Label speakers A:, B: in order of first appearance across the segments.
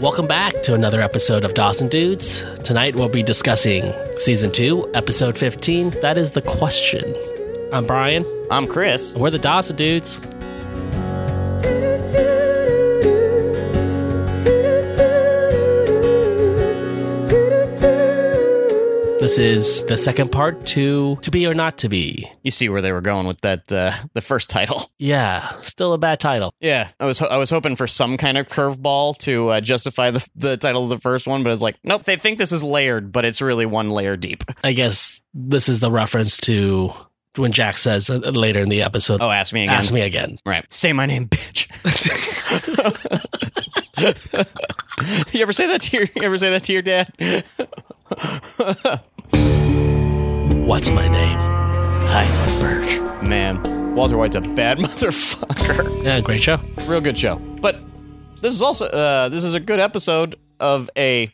A: Welcome back to another episode of Dawson Dudes. Tonight we'll be discussing season 2, episode 15. That is the question. I'm Brian.
B: I'm Chris.
A: We're the Dawson Dudes. This is the second part to To Be or Not to Be.
B: You see where they were going with that uh, the first title.
A: Yeah, still a bad title.
B: Yeah, I was ho- I was hoping for some kind of curveball to uh, justify the the title of the first one, but it's like, nope, they think this is layered, but it's really one layer deep.
A: I guess this is the reference to when Jack says uh, later in the episode,
B: Oh, ask me again.
A: Ask me again.
B: Right. Say my name, bitch. you ever say that to your you ever say that to your dad?
A: What's my name?
B: Heisenberg. Man, Walter White's a bad motherfucker.
A: Yeah, great show.
B: real good show. But this is also uh, this is a good episode of a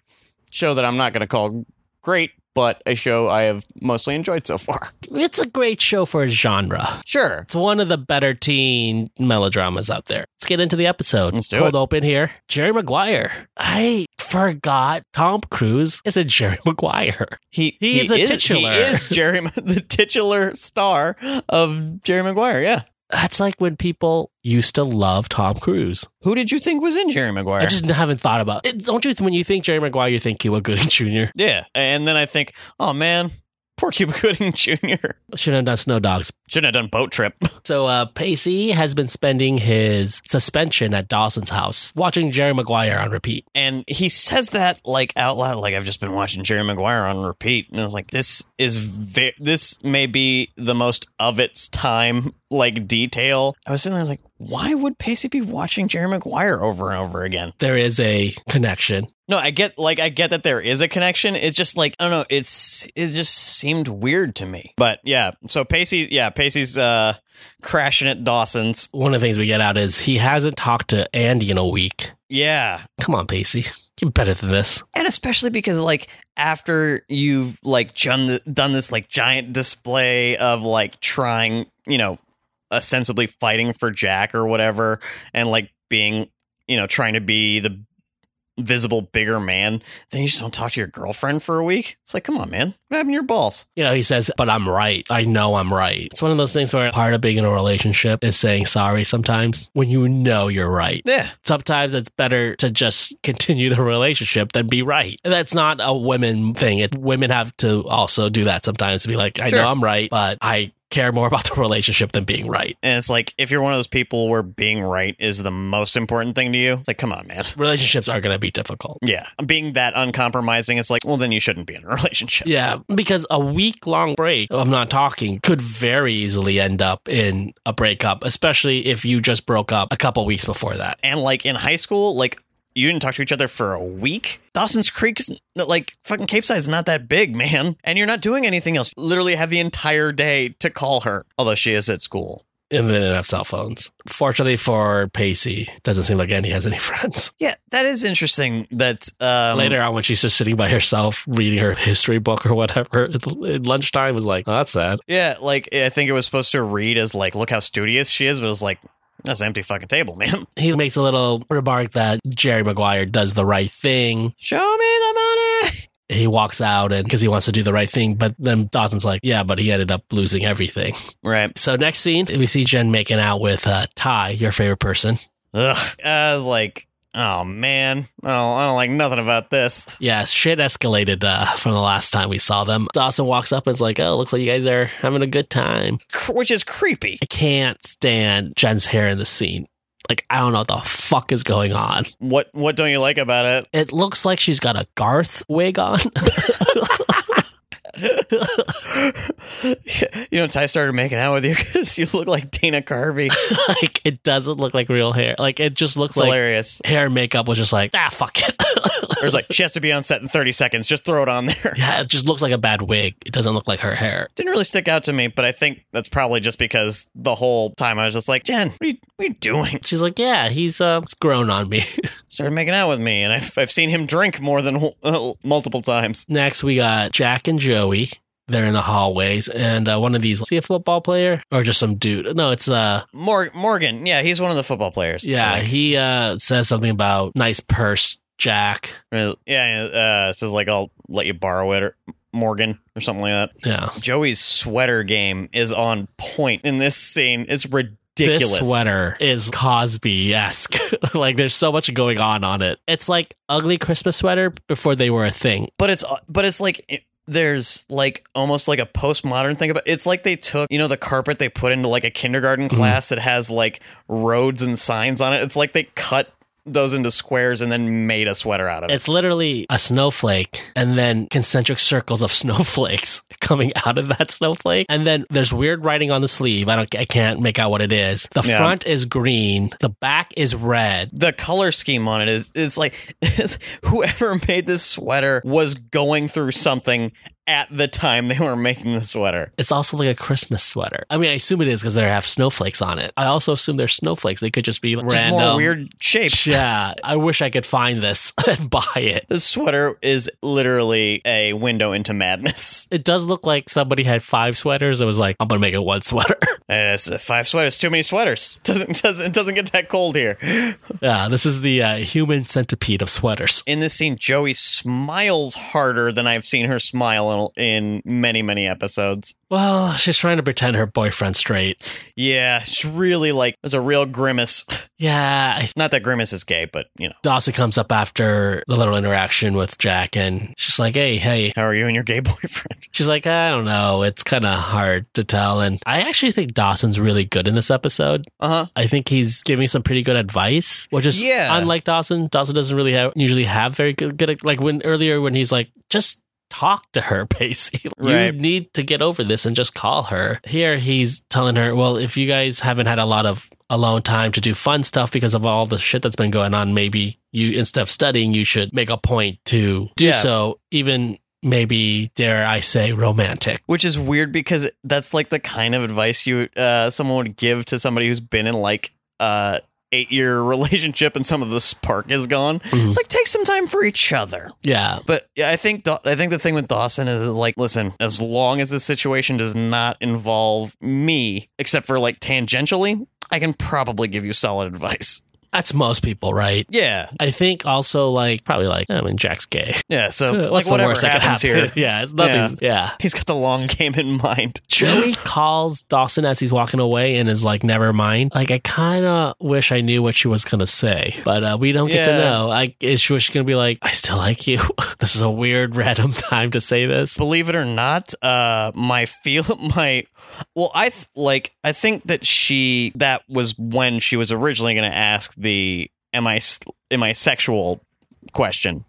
B: show that I'm not going to call great, but a show I have mostly enjoyed so far.
A: It's a great show for a genre.
B: Sure.
A: It's one of the better teen melodramas out there. Let's get into the episode.
B: Let's do
A: Cold
B: it.
A: open here. Jerry Maguire. I forgot Tom Cruise is a Jerry Maguire.
B: He
A: He is a titular.
B: He is Jerry, Ma- the titular star of Jerry Maguire. Yeah.
A: That's like when people used to love Tom Cruise.
B: Who did you think was in Jerry Maguire?
A: I just haven't thought about it. Don't you, when you think Jerry Maguire, you think Cuba Gooding Jr.
B: yeah. And then I think, oh man, poor Cuba Gooding Jr.
A: Should have done Snow Dogs.
B: Shouldn't have done Boat Trip.
A: So uh, Pacey has been spending his suspension at Dawson's house, watching Jerry Maguire on repeat.
B: And he says that like out loud, like I've just been watching Jerry Maguire on repeat, and I was like, this is ve- this may be the most of its time like detail. I was sitting there, I was like, why would Pacey be watching Jerry Maguire over and over again?
A: There is a connection.
B: No, I get like I get that there is a connection. It's just like I don't know. It's it just seemed weird to me. But yeah, so Pacey, yeah, Pacey's uh crashing at Dawson's.
A: One of the things we get out is he hasn't talked to Andy in a week.
B: Yeah,
A: Come on, Pacey. You're better than this.
B: and especially because like after you've like done done this like giant display of like trying you know ostensibly fighting for jack or whatever and like being you know trying to be the visible bigger man then you just don't talk to your girlfriend for a week it's like come on man what happened to your balls
A: You know, he says, but I'm right. I know I'm right. It's one of those things where part of being in a relationship is saying sorry sometimes when you know you're right.
B: yeah
A: Sometimes it's better to just continue the relationship than be right. And That's not a women thing. It, women have to also do that sometimes to be like, I
B: Sure.
A: know I'm right, but I care more about the relationship than being right.
B: and it's like if you're one of those people where being right is the most important thing to you it's like come on man
A: Relationships are going to be difficult.
B: yeah being that uncompromising it's like well then you shouldn't be in a relationship
A: Yeah, because a week long break of not talking could very easily end up in a breakup, especially if you just broke up a couple weeks before that.
B: and like in high school, like you didn't talk to each other for a week. Dawson's Creek is like fucking Cape Side's not that big, man, and you're not doing anything else. Literally have the entire day to call her, although she is at school.
A: And they didn't have cell phones. Fortunately for Pacey, doesn't seem like Andy has any friends.
B: Yeah, that is interesting. That um,
A: Later on, when she's just sitting by herself reading her history book or whatever, at lunchtime was like, oh, that's sad.
B: yeah, like I think it was supposed to read as like, look how studious she is, but it's like that's an empty fucking table, man.
A: He makes a little remark that Jerry Maguire does the right thing.
B: Show me the money.
A: He walks out and because he wants to do the right thing, but then Dawson's like, yeah, but he ended up losing everything.
B: Right.
A: So next scene, we see Jen making out with uh, Ty, your favorite person.
B: Ugh. I was like, oh man, oh, I don't like nothing about this.
A: Yeah, shit escalated uh, from the last time we saw them. Dawson walks up and is like, "Oh, looks like you guys are having a good time."
B: Cr- Which is creepy.
A: I can't stand Jen's hair in the scene. Like, I don't know what the fuck is going on.
B: What What don't you like about it?
A: It looks like she's got a Garth wig on.
B: you know, Ty started making out with you because you look like Dana Carvey. It's
A: like, it doesn't look like real hair. Like, it just looks like
B: hilarious.
A: hair and makeup was just like, ah, fuck it.
B: Or it's like, she has to be on set in 30 seconds. Just throw it on there.
A: yeah, it just looks like a bad wig. It doesn't look like her hair.
B: Didn't really stick out to me, but I think that's probably just because the whole time I was just like, Jen, what are you, what are you doing?
A: She's like, yeah, he's uh, it's grown on me.
B: Started making out with me, and I've, I've seen him drink more than uh, multiple times.
A: Next, we got Jack and Joey. They're in the hallways, and uh, one of these, is he a football player or just some dude? No, it's uh,
B: Mor- Morgan, yeah, he's one of the football players.
A: yeah,
B: Like,
A: he uh says something about nice purse Jack.
B: Uh, Yeah, uh, it says like I'll let you borrow it or Morgan or something like that.
A: Yeah.
B: Joey's sweater game is on point in this scene. It's ridiculous.
A: This sweater is Cosby esque. like there's so much going on on it. It's like ugly Christmas sweater before they were a thing.
B: but it's uh, but it's like it- there's like almost like a postmodern thing about it's like they took you know the carpet they put into like a kindergarten
A: Mm-hmm.
B: class that has like roads and signs on it it's like they cut those into squares and then made a sweater out of it
A: It's literally a snowflake and then concentric circles of snowflakes coming out of that snowflake. And then there's weird writing on the sleeve. I don't I can't make out what it is. The
B: Yeah.
A: front is green, the back is red.
B: the color scheme on it is it's like it's, whoever made this sweater was going through something at the time they were making the sweater
A: It's also like a Christmas sweater. I mean, I assume it is because they have snowflakes on it. I also assume they're snowflakes. They could just be
B: just
A: random.
B: more weird shapes
A: Yeah, I wish I could find this and buy it.
B: this sweater is literally a window into madness
A: It does look like somebody had five sweaters and was like, I'm gonna make it one sweater.
B: And it's uh, five sweaters. Too many sweaters. Doesn't doesn't it doesn't get that cold here.
A: yeah, this is the uh, human centipede of sweaters.
B: In this scene, Joey smiles harder than I've seen her smile in, in many many episodes.
A: Well, she's trying to pretend her boyfriend's straight.
B: Yeah, she's really like there's a real grimace.
A: Yeah, I-
B: Not that grimace is gay, but you know,
A: Dawson comes up after the little interaction with Jack and she's like, hey, hey.
B: how are you and your gay boyfriend?
A: She's like, I don't know. It's kind of hard to tell. And I actually think Dawson's really good in this episode.
B: Uh huh.
A: I think he's giving some pretty good advice, which is
B: Yeah.
A: unlike Dawson. Dawson doesn't really have, usually have very good, good like when earlier when he's like just talk to her basically
B: Right.
A: you need to get over this and just call her here he's telling her well if you guys haven't had a lot of alone time to do fun stuff because of all the shit that's been going on maybe you instead of studying you should make a point to do
B: Yeah.
A: so even maybe dare i say romantic
B: Which is weird because that's like the kind of advice you uh, someone would give to somebody who's been in like uh eight year relationship and some of the spark is gone.
A: Mhm.
B: It's like take some time for each other.
A: yeah
B: But yeah, I think Daw- I think the thing with Dawson is, is like, listen, as long as the situation does not involve me, except for like tangentially, I can probably give you solid advice.
A: that's most people right
B: Yeah,
A: I think also like probably like I mean Jack's gay.
B: yeah. So
A: Uh,
B: like
A: What's the
B: whatever
A: worst that could
B: happens
A: happen?
B: here,
A: yeah, it's nothing. Yeah.
B: he's got the long game in mind.
A: Joey calls Dawson as he's walking away and is like, "Never mind." Like I kind of wish I knew what she was gonna say, but uh, we don't get to
B: Yeah.
A: know. Like, is she, was she gonna be like, "I still like you"? this is a weird random time to say this.
B: Believe it or not, uh, my feel my well, I th- like I think that she that was when she was originally going to ask the am I s- am I sexual question,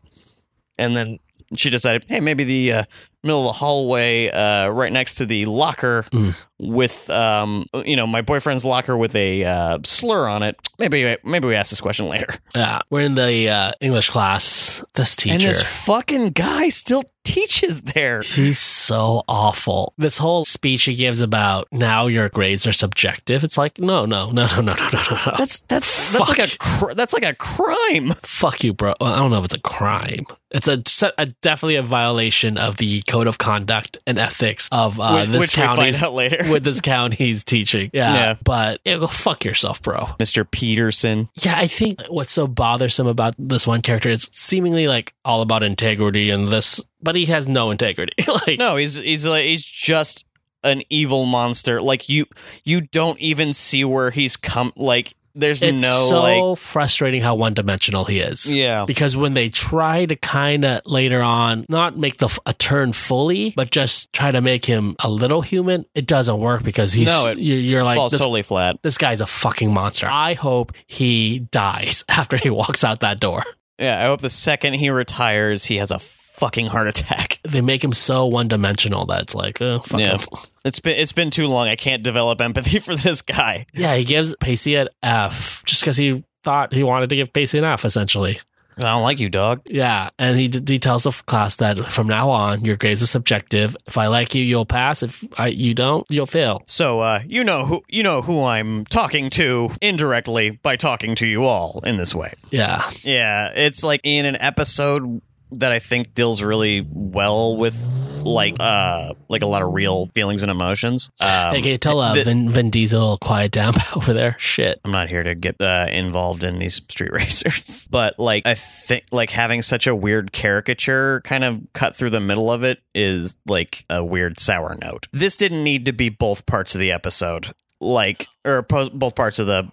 B: and then she decided, hey, maybe the uh, middle of the hallway, uh, right next to the locker
A: Mm.
B: with um, you know, my boyfriend's locker with a uh, slur on it. Maybe maybe we ask this question later.
A: Yeah, we're in the uh, English class. This teacher.
B: And this fucking guy still teaches there.
A: He's so awful. This whole speech he gives about now your grades are subjective. It's like no, no, no, no, no, no, no, no, no.
B: That's that's
A: Fuck.
B: that's like a cr- that's like a crime.
A: fuck you, bro. Well, I don't know if it's a crime. It's a, a definitely a violation of the code of conduct and ethics of uh,
B: Wh-
A: this
B: which we
A: county's
B: find out later.
A: with this county's teaching. Yeah,
B: Yeah.
A: but yeah, go fuck yourself, bro.
B: Mr. Peterson.
A: Yeah, I think what's so bothersome about this one character is seemingly like all about integrity and this, but he has no integrity. like,
B: No, he's he's like, he's just an evil monster. Like you you don't even see where he's come. Like there's
A: it's
B: no
A: so
B: like
A: frustrating how one dimensional he is.
B: yeah.
A: because when they try to kind of later on not make the f- a turn fully but just try to make him a little human it doesn't work because he's
B: No, it
A: you're, you're like
B: falls
A: this,
B: totally flat.
A: this guy's a fucking monster i hope he dies after he walks out that door
B: Yeah, I hope the second he retires, he has a fucking heart attack.
A: they make him so one-dimensional that it's like oh fuck
B: Yeah.
A: him.
B: It's been it's been too long. I can't develop empathy for this guy.
A: yeah he gives pacey an f just because he thought he wanted to give pacey an f essentially
B: I don't like you, dog.
A: Yeah, and he he tells the class that from now on your grades are subjective. If I like you, you'll pass. If I you don't, you'll fail.
B: So uh, you know who you know who I'm talking to indirectly by talking to you all in this way.
A: Yeah,
B: Yeah, it's like in an episode that I think deals really well with like uh like a lot of real feelings and emotions. Um,
A: hey, can you tell uh,
B: the-
A: Vin, Vin Diesel to quiet down over there? Shit.
B: I'm not here to get uh, involved in these street racers, but like I think like having such a weird caricature kind of cut through the middle of it is like a weird sour note. This didn't need to be both parts of the episode, like or po- both parts of the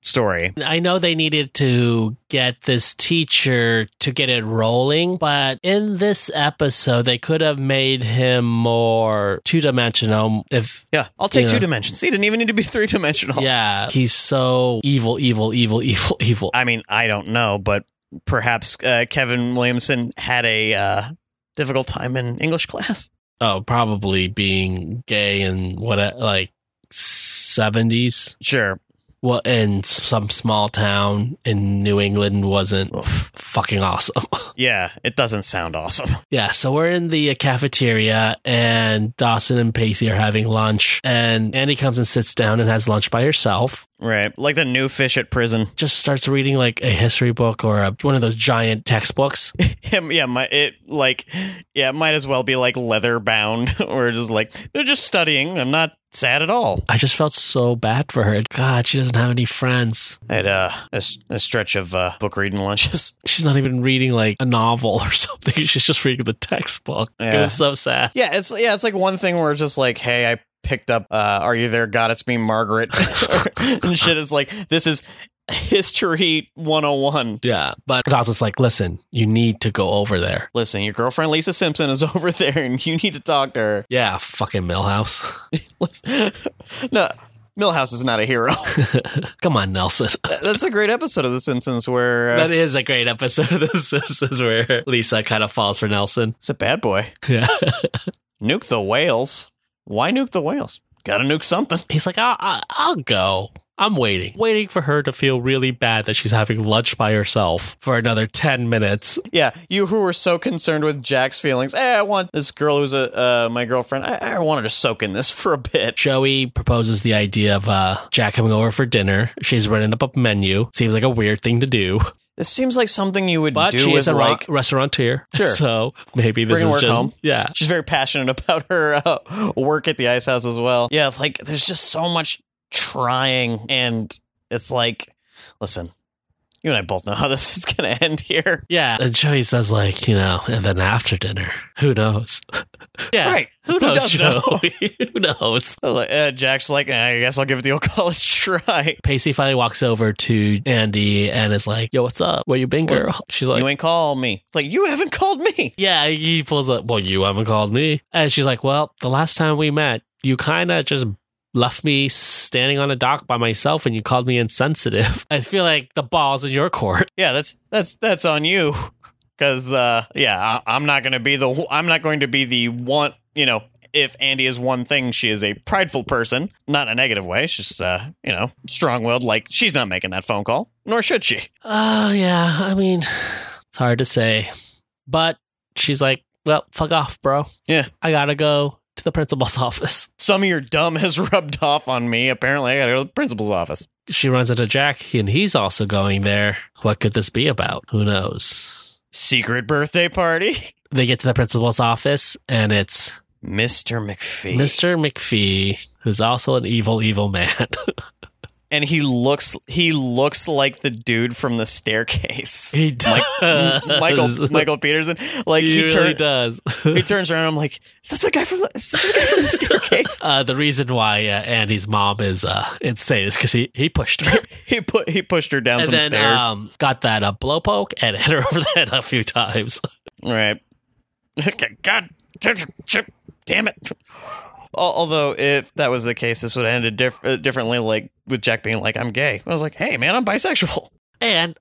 B: story.
A: I know they needed to get this teacher to get it rolling, but in this episode, they could have made him more two dimensional. If
B: Yeah, I'll take
A: Yeah.
B: two dimensions. He didn't even need to be three dimensional.
A: yeah, he's so evil, evil, evil, evil, evil.
B: I mean, I don't know, but perhaps uh, Kevin Williamson had a uh, difficult time in English class.
A: Oh, probably being gay and what uh, like seventies.
B: Sure.
A: Well, in s- some small town in New England wasn't
B: Oof.
A: fucking awesome.
B: Yeah, it doesn't sound awesome.
A: Yeah, so we're in the uh, cafeteria, and Dawson and Pacey are having lunch, and Andy comes and sits down and has lunch by herself.
B: Right. Like the new fish at prison.
A: Just starts reading like a history book or a, one of those giant textbooks.
B: Him, yeah, my, it like, yeah, it might as well be like leather bound or just like, they're just studying. I'm not sad at all.
A: I just felt so bad for her. God, she doesn't have any friends.
B: I had uh, a, s- a stretch of uh, book reading lunches.
A: She's not even reading like a novel or something. She's just reading the textbook. It
B: Yeah.
A: was so sad.
B: Yeah, it's yeah, it's like one thing where it's just like, hey, I picked up uh Are You There God It's Me Margaret and shit is like this is history 101.
A: Yeah, but Dawson's like, listen, you need to go over there.
B: Listen, your girlfriend Lisa Simpson is over there and you need to talk to her.
A: Yeah, fucking Millhouse.
B: Listen- no, Millhouse is not a hero.
A: Come on, Nelson.
B: That's a great episode of The Simpsons where uh,
A: That is a great episode of The Simpsons where Lisa kind of falls for Nelson.
B: it's a bad boy.
A: Yeah.
B: Nuke the whales. Why nuke the whales? Gotta nuke something.
A: He's like, I'll, I'll, I'll go. I'm waiting. Waiting for her to feel really bad that she's having lunch by herself for another 10 minutes.
B: Yeah, you who were so concerned with Jack's feelings. Hey, I want this girl who's a uh, my girlfriend. I, I wanted to soak in this for a bit.
A: Joey proposes the idea of uh, Jack coming over for dinner. She's running up a menu. Seems like a weird thing to do,
B: This seems like something you would
A: but
B: do
A: she
B: with
A: is a ro-
B: like.
A: restauranteer.
B: Sure.
A: So maybe this
B: Bring
A: is
B: work
A: just.
B: home.
A: Yeah.
B: She's very passionate about her uh, work at the ice house as well. Yeah, it's like there's just so much trying, and it's like, listen, you and I both know how this is going to end here.
A: Yeah. And Joey says, like, you know, and then after dinner, who knows? yeah.
B: Right?
A: Who knows,
B: does know?
A: Joey? who knows?
B: Like, uh, Jack's like, eh, I guess I'll give it the old college try.
A: Pacey finally walks over to Andy and is like, "Yo, what's up? Where you been, girl?" She's like,
B: you ain't call me. It's like you haven't called me.
A: "Yeah." He pulls up. Well, you haven't called me, and she's like, "Well, the last time we met, you kind of just." Left me standing on a dock by myself and you called me insensitive. I feel like the ball's in your court.
B: Yeah, that's that's that's on you. Because uh, yeah, I, I'm not going to be the I'm not going to be the one. You know, if Andy is one thing, she is a prideful person, not in a negative way. She's just uh, you know, strong willed. Like she's not making that phone call, nor should she.
A: Oh, yeah. I mean, it's hard to say. But she's like, well, fuck off, bro.
B: Yeah.
A: I gotta go to the principal's office.
B: Some of your dumb has rubbed off on me. Apparently, I got to go to the principal's office.
A: she runs into Jack, and he's also going there. What could this be about? Who knows?
B: Secret birthday party,
A: They get to the principal's office, and it's
B: Mister McPhee.
A: Mr. McPhee, who's also an evil, evil man.
B: and he looks he looks like the dude from the staircase.
A: he does.
B: Michael Michael Peterson. Like
A: he,
B: he,
A: really
B: turned
A: does.
B: He turns around. I'm like, is that the guy from the, is that the, guy from the staircase?
A: Uh, the reason why uh, Andy's mom is uh, insane is because he, he pushed her.
B: he put he pushed her down
A: and
B: some
A: then
B: stairs.
A: um, got that uh, blow poke and hit her over the head a few times.
B: All right. Okay, God, damn it. Al- Although, if that was the case, this would have ended diff- uh, differently. Like with Jack being like, "I'm gay." I was like, "Hey, man, I'm bisexual."
A: And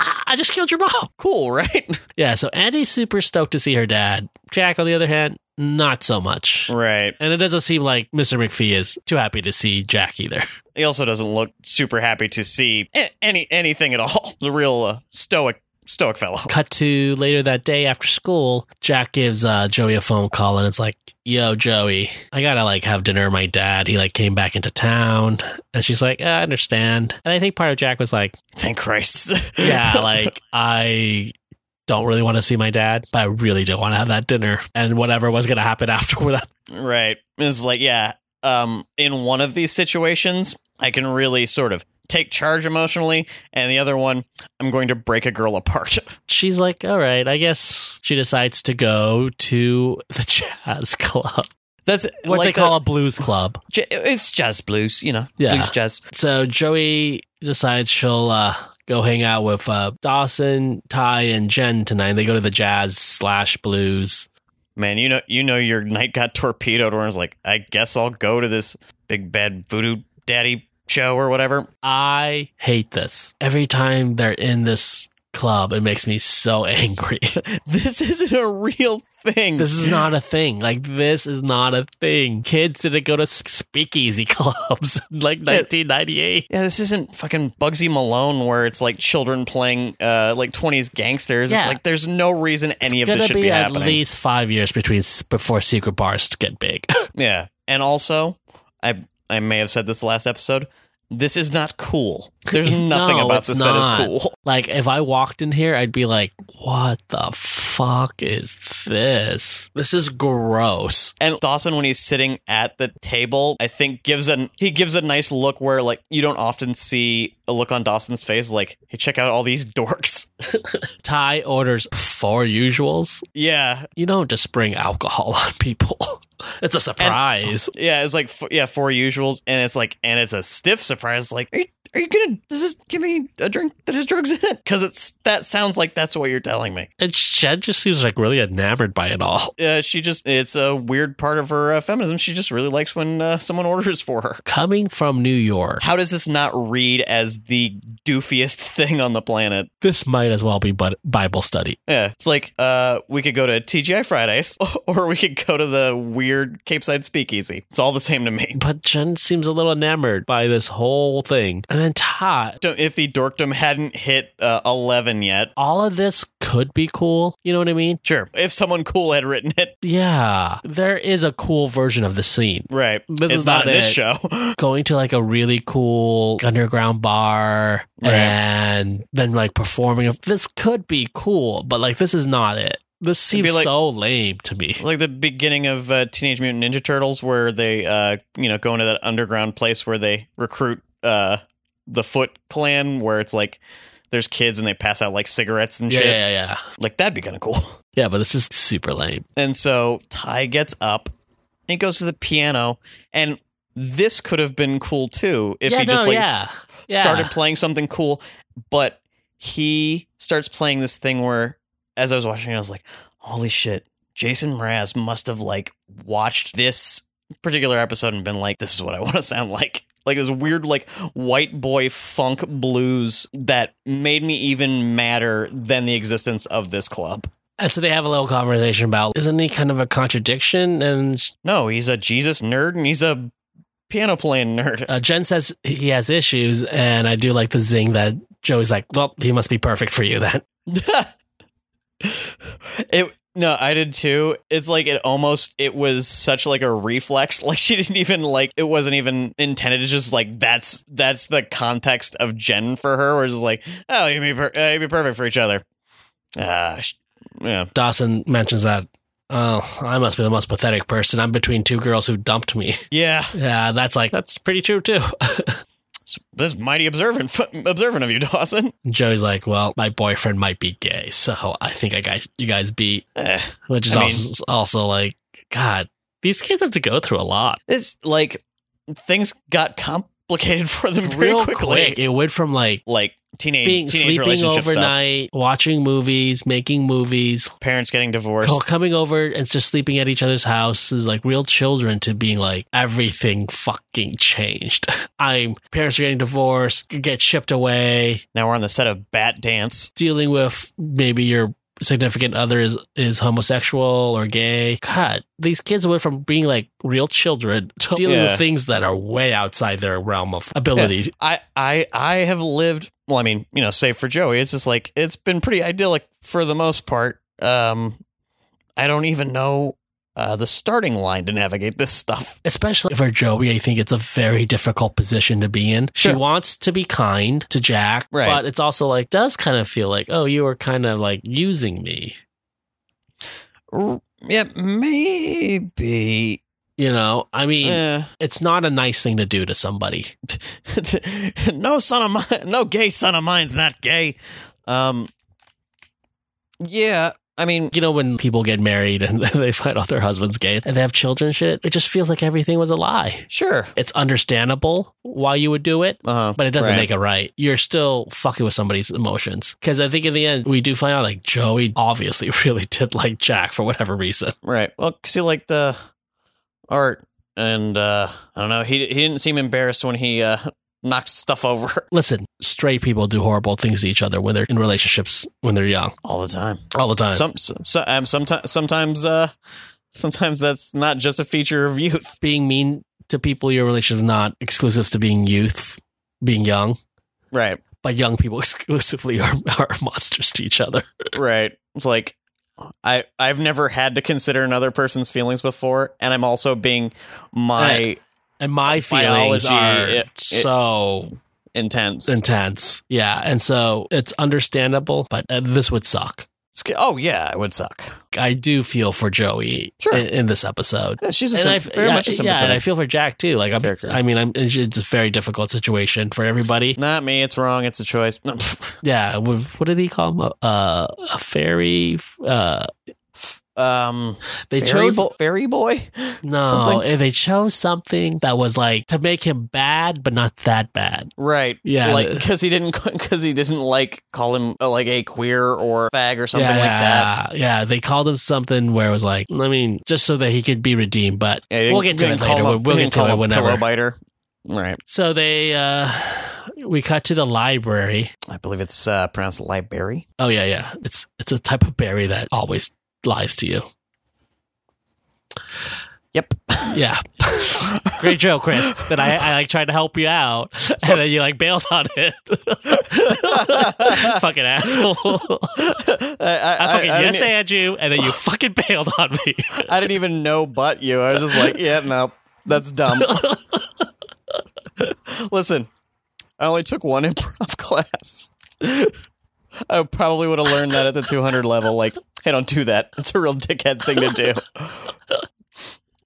A: I, I just killed your mom.
B: Cool, right?
A: Yeah, so Andy's super stoked to see her dad. Jack, on the other hand, not so much.
B: right.
A: And it doesn't seem like Mr. McPhee is too happy to see Jack either.
B: He also doesn't look super happy to see a- any anything at all. The real uh, stoic stoic fellow.
A: Cut to later that day after school, Jack gives uh, Joey a phone call and it's like, "Yo, Joey, I gotta like have dinner with my dad. He like came back into town." And she's like, "I understand." And I think part of Jack was like,
B: Thank Christ.
A: "Yeah, like I." don't really want to see my dad, but I really did want to have that dinner and whatever was going to happen afterward.
B: Right. It's like, yeah, um, in one of these situations, I can really sort of take charge emotionally, and the other one, I'm going to break a girl apart.
A: She's like, all right, I guess she decides to go to the jazz club,
B: That's
A: what
B: like
A: they call a blues club.
B: the- j- it's jazz blues, you know,
A: Yeah.
B: blues jazz.
A: So Joey decides she'll uh, go hang out with uh, Dawson, Ty, and Jen tonight. They go to the jazz slash blues.
B: Man, you know, you know, your night got torpedoed. Where I was like, I guess I'll go to this big bad voodoo daddy show or whatever.
A: I hate this. Every time they're in this club, it makes me so angry.
B: This isn't a real thing.
A: this is not a thing. Like this is not a thing. Kids didn't go to s- speakeasy clubs in like 1998.
B: Yeah, this isn't fucking Bugsy Malone where it's like children playing uh like 20s gangsters.
A: Yeah.
B: It's like there's no reason any
A: It's
B: of this
A: gonna
B: should
A: be,
B: be,
A: at
B: happening.
A: least five years between s- before secret bars get big.
B: Yeah. And also, I I may have said this last episode, this is not cool. There's nothing
A: No,
B: about
A: it's
B: this
A: not.
B: that is cool.
A: Like if I walked in here, I'd be like, "What the fuck is this? This is gross."
B: And Dawson when he's sitting at the table, I think gives an he gives a nice look where like you don't often see a look on Dawson's face like, "Hey, check out all these dorks."
A: Ty orders four usuals.
B: Yeah.
A: You don't just bring alcohol on people. It's a surprise.
B: Yeah, it's like f- yeah, four usuals, and it's like, and it's a stiff surprise. Like, are you, are you gonna? Does this give me a drink that has drugs in it? Because it's that sounds like that's what you're telling me.
A: and Jen just seems like really enamored by it all.
B: Uh, she just, it's a weird part of her uh, feminism. She just really likes when uh, someone orders for her.
A: Coming from New York,
B: How does this not read as the doofiest thing on the planet?
A: this might as well be but Bible study.
B: Yeah, it's like uh, we could go to TGI Fridays, or we could go to the weird Cape Side Speakeasy. It's all the same to me.
A: But Jen seems a little enamored by this whole thing. And then Ty,
B: Don't- If the dorkdom hadn't hit uh, eleven yet,
A: all of this could be cool. You know what I mean?
B: Sure. If someone cool had written it.
A: Yeah, there is a cool version of the scene.
B: Right.
A: This
B: it's
A: is not
B: not, in this
A: it.
B: show.
A: Going to like a really cool underground bar
B: Right.
A: and then like performing. This could be cool, but like this is not it. This
B: be
A: seems
B: like-
A: so lame to me.
B: like the beginning of uh, Teenage Mutant Ninja Turtles where they uh you know go into that underground place where they recruit uh the Foot Clan where it's like there's kids and they pass out like cigarettes and
A: Yeah,
B: shit.
A: yeah, yeah.
B: Like that'd be kind of cool.
A: Yeah, but this is super lame.
B: And so Ty gets up and goes to the piano and this could have been cool too if
A: yeah,
B: he just
A: no,
B: like s-
A: yeah. Yeah.
B: started playing something cool, but he starts playing this thing where, as I was watching, it, I was like, "Holy shit!" Jason Mraz must have like watched this particular episode and been like, "This is what I want to sound like." Like this weird, like white boy funk blues that made me even madder than the existence of this club.
A: And so they have a little conversation about isn't he kind of a contradiction? And
B: No, he's a Jesus nerd and he's a piano playing nerd.
A: uh, Jen says he has issues, and I do like the zing that Joey's like, well, he must be perfect for you then.
B: it no i did too it's like it almost it was such like a reflex like she didn't even like it wasn't even intended it's just like that's that's the context of jen for her where it's just like oh you'd be, per- uh, you'd be perfect for each other uh, sh- yeah
A: Dawson mentions that. Oh, I must be the most pathetic person. I'm between two girls who dumped me.
B: yeah
A: Yeah, that's like that's pretty true too.
B: S- this is mighty observant observant of you dawson
A: And Joey's like, well, my boyfriend might be gay, so I think I guys you guys beat,
B: Eh.
A: which is
B: I mean-
A: also also like, God, these kids have to go through a lot.
B: it's like things got complicated for them very
A: Real
B: quickly
A: quick, it went from like
B: like teenage
A: being
B: teenage
A: sleeping
B: relationship stuff
A: overnight, watching movies, making movies,
B: parents getting divorced
A: co- coming over and just sleeping at each other's houses, like real children, to being like everything fucking changed. I'm parents are getting divorced, get shipped away,
B: now we're on the set of bat dance
A: dealing with maybe your significant other is is homosexual or gay. God, these kids went from being like real children to dealing
B: Yeah.
A: with things that are way outside their realm of ability.
B: I I I have lived well, I mean, you know, save for Joey, it's just like it's been pretty idyllic for the most part. Um I don't even know uh, the starting line to navigate this stuff.
A: especially for Joey, I think it's a very difficult position to be in. She
B: Sure.
A: wants to be kind to Jack,
B: Right.
A: but it's also like does kind of feel like, oh, you were kind of like using me,
B: R- yeah, maybe.
A: you know? I mean,
B: Eh.
A: it's not a nice thing to do to somebody.
B: no son of mine, no gay son of mine's not gay. Um, yeah, I mean,
A: You know, when people get married and they find out their husband's gay and they have children, shit, it just feels like everything was a lie.
B: sure.
A: It's understandable why you would do it.
B: Uh-huh.
A: But it doesn't
B: Right.
A: make it right. You're still fucking with somebody's emotions. Because I think in the end, we do find out like Joey obviously really did like Jack for whatever reason.
B: Right. Well, because he liked the art, and uh, I don't know. He he didn't seem embarrassed when he uh, knocked stuff over
A: listen, straight people do horrible things to each other when they're in relationships when they're young
B: all the time.
A: all the time.
B: Some some so, um, sometimes sometimes uh, sometimes that's not just a feature of youth.
A: being mean to people in your relationship is not exclusive to being youth, being young,
B: Right.
A: but young people exclusively are, are monsters to each other.
B: Right. It's like I I've never had to consider another person's feelings before, and I'm also being my
A: And my feelings
B: Biology,
A: are
B: it- it-
A: so
B: intense.
A: intense. Yeah. And so it's understandable, but uh, this would suck.
B: It's- oh yeah, it would suck.
A: I do feel for Joey
B: Sure.
A: in, in this episode.
B: Yeah, she's a
A: And
B: sym-
A: I f-
B: very
A: yeah,
B: much a
A: yeah, and I
B: sympathetic.
A: feel for Jack too. Like, I'm,
B: character.
A: I mean, I'm, it's just a very difficult situation for everybody.
B: not me. It's wrong. It's a choice. No.
A: yeah what, what did he call him uh, a fairy uh
B: um,
A: they
B: fairy,
A: chose
B: bo- fairy boy.
A: no eh,
B: something?
A: they chose something that was like to make him bad but not that bad
B: Right.
A: Yeah.
B: Like because he didn't because he didn't like call him uh, like a queer or fag or something
A: yeah,
B: like that.
A: yeah they called him something where it was like i mean just so that he could be redeemed but
B: Yeah, he
A: we'll get
B: didn't-
A: to it
B: didn't call
A: later
B: him
A: we'll,
B: a-
A: we'll
B: he
A: get
B: didn't call
A: to
B: him
A: it
B: a Pillow
A: whenever
B: biter. Right.
A: so they uh we cut to the library
B: I believe it's uh, pronounced library.
A: oh yeah yeah it's it's a type of berry that always lies to you
B: Yep.
A: Yeah. Great joke, Chris. That I, I like tried to help you out and then you like bailed on it. fucking asshole.
B: I, I-
A: I fucking
B: I e-
A: yes
B: didn't,
A: and you and then you fucking bailed on me.
B: I didn't even know but you. I was just like, yeah, no, that's dumb. Listen, I only took one improv class. I probably would have learned that at the 200 level. Like, hey, don't do that. It's a real dickhead thing to do.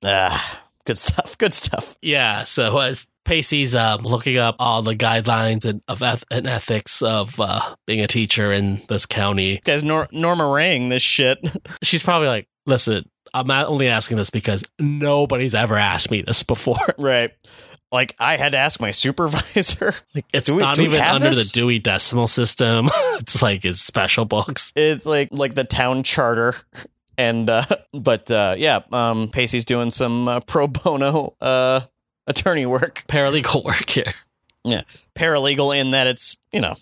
B: ah, good stuff. Good stuff.
A: yeah, so uh, Pacey's um, looking up all the guidelines and of eth- and ethics of uh, being a teacher in this county.
B: Guys, Nor- Norma Rang this shit.
A: She's probably like, "Listen, I'm not only asking this because nobody's ever asked me this before.
B: right. Like, I had to ask my supervisor. Like,
A: It's
B: do we-
A: not
B: do we
A: even
B: have
A: under
B: this?
A: the Dewey Decimal System. it's like it's special books.
B: it's like like the town charter and uh but uh yeah um pacey's doing some uh, pro bono uh attorney work
A: Paralegal work here.
B: paralegal in that it's you know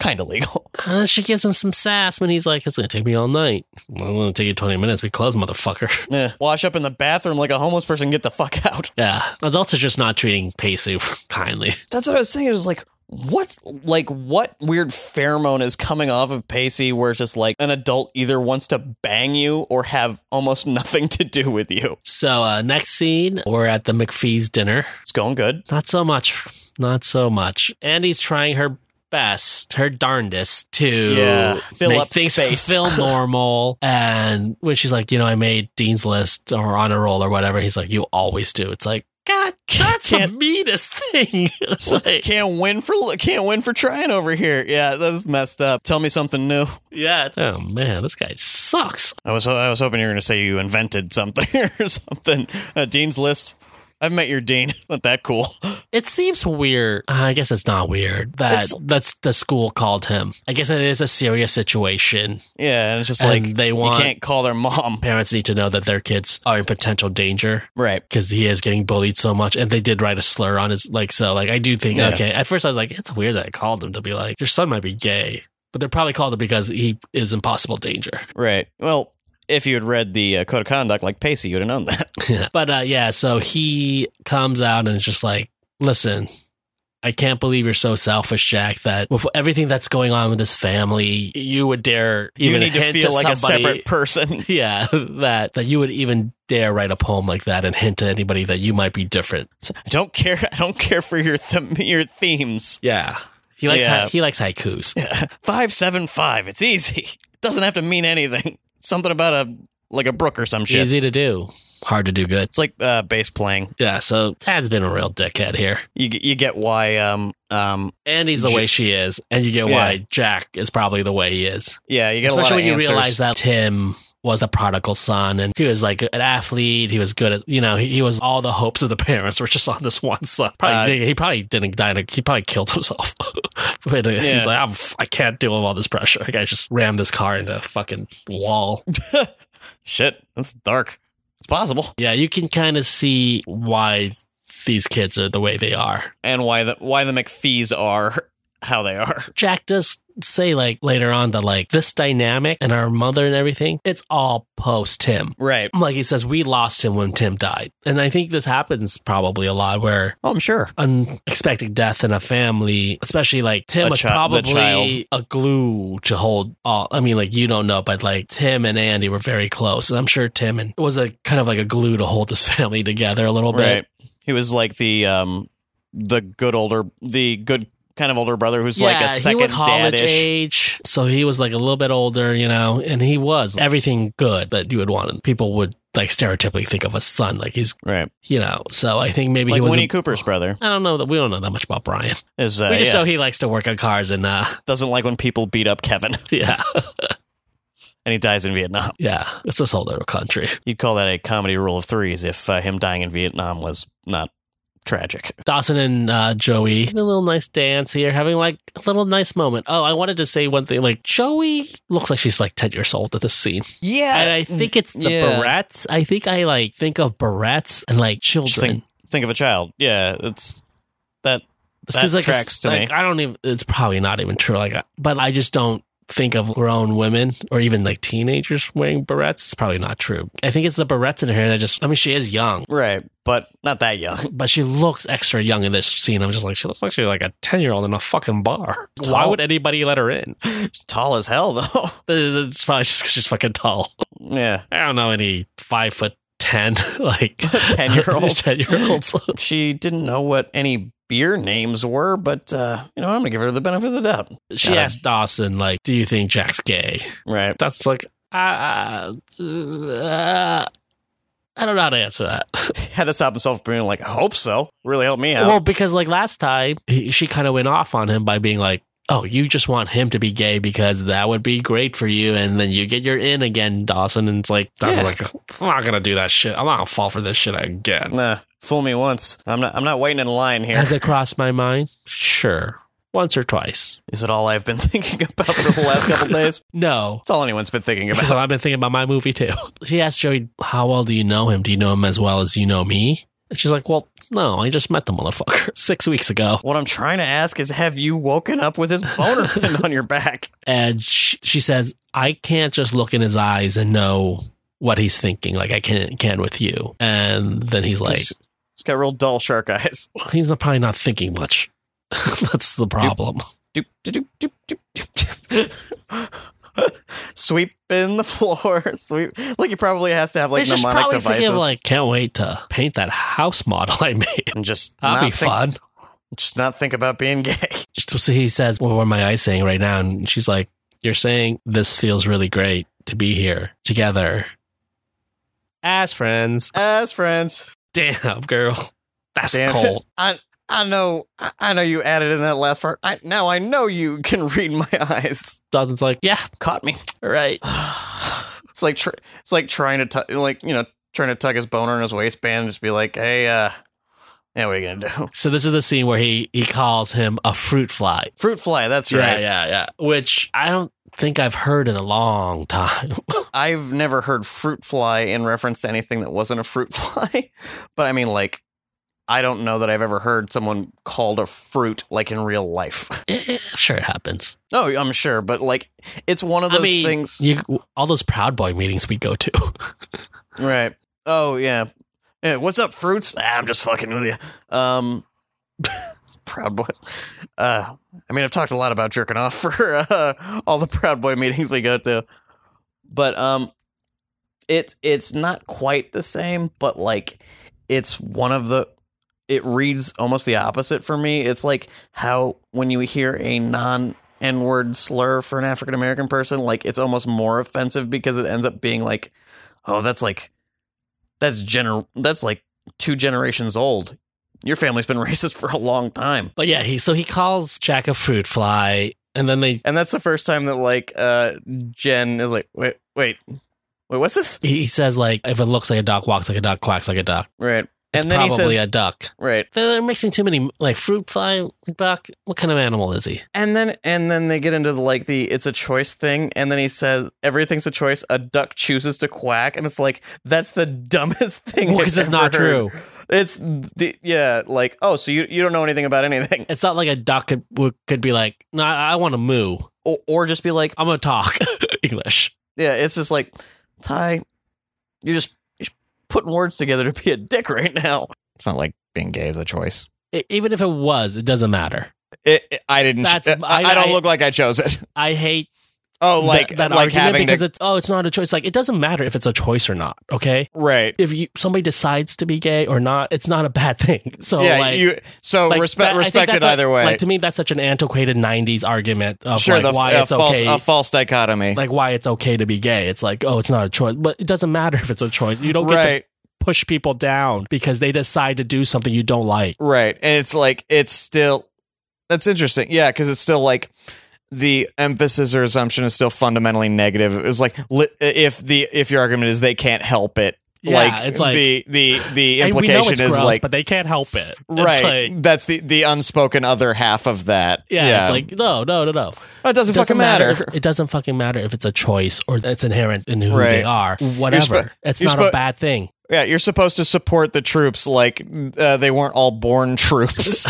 B: kind of legal
A: Uh, she gives him some sass when he's like, "It's gonna take me all night. Well, I'm gonna take you 20 minutes. We close, motherfucker."
B: yeah. Eh. wash up in the bathroom like a homeless person get the fuck out
A: Yeah, adults are just not treating Pacey kindly.
B: that's what i was saying it was like what's like what weird pheromone is coming off of pacey where it's just like an adult either wants to bang you or have almost nothing to do with you
A: So uh, next scene, we're at the McPhee's dinner.
B: it's going good
A: Not so much. Not so much. Andy's trying her best, her darndest to
B: Yeah. Fill
A: make
B: up
A: things
B: space.
A: feel normal. and when she's like, you know, I made Dean's list or honor roll or whatever, he's like, you always do. It's like, God, that's the
B: Can't-
A: meanest thing. it's like,
B: can't win for can't win for trying over here. Yeah, that's messed up. Tell me something new.
A: yeah. Oh man, this guy sucks.
B: I was I was hoping you were going to say you invented something or something. Uh, Dean's list. I've met your dean. Not that cool.
A: It seems weird. Uh, I guess it's not weird that
B: It's-
A: that's the school called him. I guess it is a serious situation.
B: Yeah, and it's just
A: And
B: like
A: they
B: you
A: want-
B: can't call their mom.
A: Parents need to know that their kids are in potential danger.
B: Right.
A: because he is getting bullied so much, and they did write a slur on his like. So like, I do think
B: Yeah.
A: okay. At first, I was like, it's weird that I called him to be like, your son might be gay, but they probably called him because he is in possible danger.
B: Right. Well, if you had read the uh, code of conduct like Pacey, you'd have known that.
A: but uh, yeah, so he comes out and is just like, listen, I can't believe you're so selfish, Jack, that with everything that's going on with this family, you would dare
B: You
A: even
B: need to
A: hint
B: feel
A: to
B: like
A: somebody.
B: a separate person.
A: yeah, that that you would even dare write a poem like that and hint to anybody that you might be different.
B: I don't care. I don't care for your th- your themes.
A: Yeah. He likes
B: Yeah.
A: ha- he likes haikus.
B: Five seven five. It's easy. It doesn't have to mean anything. Something about a like a brook or some shit.
A: Easy to do, hard to do good.
B: It's like uh, bass playing.
A: Yeah, so Tad's been a real dickhead here.
B: You g- you get why um um
A: And he's the
B: Ja-
A: way she is, and you get why Jack is probably the way he is.
B: yeah you get
A: Especially when
B: a lot of
A: you
B: answers.
A: realize that Tim was a prodigal son and he was like an athlete. He was good at, you know, he, he was all the hopes of the parents were just on this one son.
B: Uh,
A: Probably, he probably didn't die. in a- He probably killed himself. but uh,
B: Yeah.
A: He's like, I'm, f- I can't deal with all this pressure. Like, I just rammed this car into a fucking wall.
B: shit. That's dark. It's possible.
A: yeah, you can kind of see why these kids are the way they are.
B: And why the why the McPhees are how they are.
A: Jack does say like later on that like this dynamic and our mother and everything, it's all post Tim.
B: Right.
A: Like he says, we lost him when Tim died. And I think this happens probably a lot where
B: Oh, I'm sure.
A: unexpected death in a family, especially like Tim
B: A
A: was
B: chi- the child.
A: probably a glue to hold all. I mean, like you don't know, but like Tim and Andy were very close. And I'm sure Tim and it was a kind of like a glue to hold this family together a little bit.
B: Right. He was like the um the good older the good kind of older brother who's like a
A: he
B: second
A: was college
B: dadish.
A: age, so he was like a little bit older, you know, and he was everything good that you would want. And people would like stereotypically think of a son, like he's,
B: Right.
A: you know. So I think maybe he
B: Like
A: was.
B: Winnie
A: a-
B: Cooper's brother
A: I don't know that we don't know that much about Brian.
B: is uh,
A: we just
B: yeah,
A: know he likes to work on cars and uh,
B: doesn't like when people beat up Kevin
A: yeah,
B: and he dies in Vietnam.
A: yeah. It's this whole little country.
B: You'd call that a comedy rule of threes if uh, him dying in Vietnam was not tragic.
A: Dawson and uh, Joey having a little nice dance here, having like a little nice moment. Oh, I wanted to say one thing. Like Joey looks like she's like ten years old at this scene.
B: Yeah.
A: and I think it's the
B: yeah.
A: barrettes. I think I like think of barrettes and like
B: Just
A: children.
B: think think of a child. Yeah, it's that
A: This
B: that
A: seems like a s-
B: tracks to
A: like,
B: me.
A: I don't even. It's probably not even true. Like, I- but I just don't think of grown women or even like teenagers wearing barrettes. It's probably not true. I think it's the barrettes in her hair that just. I mean, she is young,
B: right, but not that young.
A: but she looks extra young in this scene. I'm just like, she looks like she's like a ten year old in a fucking bar. Why
B: Tall.
A: would anybody let her in?
B: She's tall as hell though.
A: It's probably just 'cause she's fucking tall.
B: yeah.
A: I don't know any five foot ten like
B: 10-year-olds.
A: ten year olds.
B: She didn't know what any beer names were, but uh, you know, I'm gonna give her the benefit of the doubt.
A: she
B: Got it.
A: asked Dawson, like, do you think Jack's gay?
B: Right.
A: That's like, uh, uh, uh, I don't know how to answer that.
B: Had to stop himself being like, I hope so. Really helped me out.
A: Well, because like last time, he, she kind of went off on him by being like, oh, you just want him to be gay because that would be great for you. And then you get your in again, Dawson. And it's like, Dawson's
B: Yeah.
A: like, I'm not going to do that shit. I'm not going to fall for this shit again.
B: nah, fool me once. I'm not I'm not waiting in line here.
A: Has it crossed my mind? Sure. Once or twice.
B: Is it all I've been thinking about for the last couple days?
A: No,
B: It's all anyone's been thinking
A: Because
B: about.
A: I've been thinking about my movie too. He asked Joey, How well do you know him? Do you know him as well as you know me? And she's like, Well, no, I just met the motherfucker six weeks ago.
B: What I'm trying to ask is have you woken up with his boner pin on your back?
A: And she, she says, I can't just look in his eyes and know what he's thinking like I can can with you. And then he's like,
B: he's he's got real dull shark eyes.
A: "Well, He's not, probably not thinking much. That's the problem.
B: Doop, doop, doop, doop, doop, doop. Sweeping the floor. Sweep. Like he probably has to have like
A: He's just
B: mnemonic
A: probably
B: devices.
A: thinking, like, can't wait to paint that house model I made.
B: and just
A: That'll
B: not
A: be
B: think,
A: fun.
B: Just not think about being gay.
A: so he says, well, what am I saying right now? And she's like, you're saying this feels really great to be here together as friends.
B: As friends.
A: Damn, girl. That's
B: Damn.
A: cold.
B: I I know I- I know you added in that last part. I now I know you can read my eyes.
A: Dawson's like, yeah,
B: Caught me.
A: all right.
B: it's like tr- it's like trying to tu- like you know trying to tuck his boner in his waistband and just be like, hey, uh, yeah, what are you gonna do?
A: So this is the scene where he he calls him a fruit fly.
B: Fruit fly. That's
A: Yeah,
B: right.
A: yeah, yeah. Which I don't think I've heard in a long time.
B: I've never heard fruit fly in reference to anything that wasn't a fruit fly, but I mean like. I don't know that I've ever heard someone called a fruit like in real life.
A: Eh, eh, sure, it happens.
B: No, I'm sure, but like it's one of
A: I
B: those
A: mean,
B: things.
A: You all those Proud Boy meetings we go to.
B: Right. Oh yeah. Yeah, what's up, fruits? Ah, I'm just fucking with you. Um,
C: Proud Boys. Uh, I mean, I've talked a lot about jerking off for uh, all the Proud Boy meetings we go to, but um, it's it's not quite the same, but like it's one of the it reads almost the opposite for me. It's like how when you hear a non N word slur for an African American person, like it's almost more offensive because it ends up being like, oh, that's like that's gener that's like two generations old. Your family's been racist for a long time.
A: But yeah, he so he calls Jack a fruit fly, and then they
C: And that's the first time that like uh Jen is like, wait, wait, wait, what's this?
A: he says like if it looks like a duck, walks like a duck, quacks like a duck,
C: Right.
A: it's
C: and then
A: probably
C: he says,
A: a duck.
C: right.
A: They're mixing too many like fruit fly duck. What kind of animal is he?
C: And then and then they get into the, like the it's a choice thing, and then he says everything's a choice. A duck chooses to quack, and it's like that's the dumbest thing.
A: Well,
C: I've
A: 'cause it's
C: ever
A: not
C: heard.
A: true.
C: It's the yeah, like oh, so you you don't know anything about anything,
A: It's not like a duck could would- could be like, no, I, I want to moo.
C: or, or just be like
A: I'm gonna talk English.
C: yeah, it's just like Ty, you're just, you're just putting words together to be a dick right now. It's not like being gay is a choice.
A: E- even if it was, it doesn't matter.
B: It, it- I didn't.
A: That's-
B: I, I,
A: I-
B: don't
A: I-
B: look like I chose it.
A: I hate
B: Oh,
A: th-
B: like
A: that
B: like
A: argument
B: having
A: because
B: to,
A: it's oh, it's not a choice. Like it doesn't matter if it's a choice or not. Okay,
B: right.
A: if you somebody decides to be gay or not, it's not a bad thing. So
B: yeah,
A: like.
B: you. So
A: like, that- I
B: Oh, respect
A: think
B: respect it
A: that's a-
B: either way.
A: Like to me, that's such an antiquated '90s argument of
B: sure,
A: like,
B: the f-
A: why
B: a
A: it's
B: false
A: okay,
B: a false dichotomy.
A: like why it's okay to be gay. It's like, oh, it's not a choice, but it doesn't matter if it's a choice. You don't get to
B: right,
A: push people down because they decide to do something you don't like.
B: right, and it's like it's still. That's interesting. Yeah, because it's still like the emphasis or assumption is still fundamentally negative. It was like li- if the if your argument is they can't help it.
A: Yeah,
B: like
A: it's like
B: the the the
A: and we
B: implication
A: know it's
B: is
A: gross,
B: like
A: but they can't help it. It's
B: right.
A: like-
B: That's the the unspoken other half of that.
A: yeah, it's like no, no, no, no.
B: Oh, it doesn't, fucking matter.
A: if- it doesn't fucking matter if it's a choice or it's inherent in who they
B: Right.
A: are. Whatever. it's
B: you're
A: not a
B: spo-
A: bad thing.
B: Yeah, you're supposed to support the troops like uh, they weren't all born troops.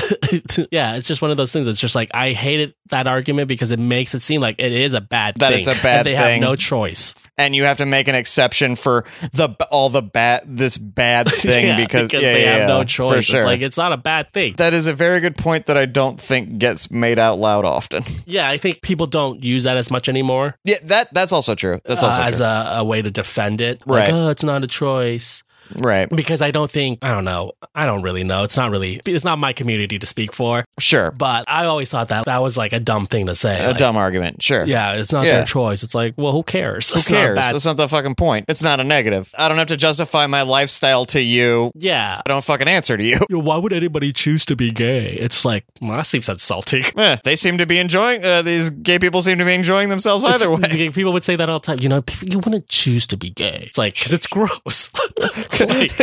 A: yeah, it's just one of those things. It's just like I hated that argument because it makes it seem like it is a bad
B: That
A: thing.
B: it's a bad
A: and they have
B: thing.
A: no choice.
B: and you have to make an exception for the all the bad this bad thing
A: yeah,
B: because, yeah,
A: they
B: yeah,
A: have
B: yeah,
A: no
B: For
A: choice.
B: sure.
A: It's like it's not a bad thing.
B: that is a very good point that I don't think gets made out loud often.
A: Yeah, I think people don't use that as much anymore.
B: Yeah, that that's also true. That's also
A: uh, as
B: true.
A: a, a way to defend it. Like,
B: Right.
A: oh, it's not a choice.
B: right.
A: Because I don't think, I don't know, I don't really know. It's not really, it's not my community to speak for,
B: Sure.
A: but I always thought that that was like a dumb thing to say.
B: A
A: Like,
B: dumb argument. Sure.
A: Yeah, it's not
B: Yeah.
A: their choice. It's like, well, who cares?
B: Who
A: It's not a
B: cares?
A: bad-
B: That's not the fucking point. It's not a negative. I don't have to justify my lifestyle to you.
A: yeah.
B: I don't fucking answer to you.
A: You know, Why would anybody choose to be gay? It's like, well, that seems insulting.
B: Eh, they seem to be enjoying. Uh, these gay people seem to be enjoying themselves either way.
A: It's- People would say that all the time. You know, people, you wouldn't choose to be gay. It's like, because it's gross. Like,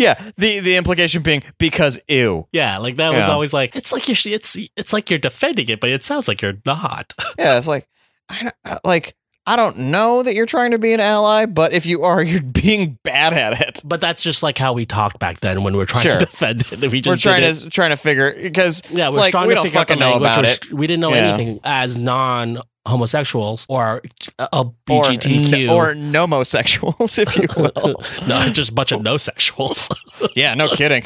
B: yeah, the the implication being because ew.
A: yeah, like that was
B: Yeah.
A: always like, it's like you're, it's, it's like you're defending it, but it sounds like you're not.
B: Yeah, it's like I don't, uh, like I don't know that you're trying to be an ally, but if you are, you're being bad at it.
A: But that's just like how we talked back then when we were trying
B: Sure.
A: to defend it. We just
B: We're trying
A: did it.
B: to trying to figure because
A: yeah,
B: it's
A: we're
B: like
A: trying
B: we
A: to
B: don't
A: figure out the
B: fucking know
A: language.
B: about
A: We're
B: it.
A: str- we didn't know
B: Yeah.
A: anything as non homosexuals or uh,
B: Or,
A: LGBTQ
B: or nomosexuals, if you will.
A: no, just a bunch of no sexuals.
B: yeah, no kidding.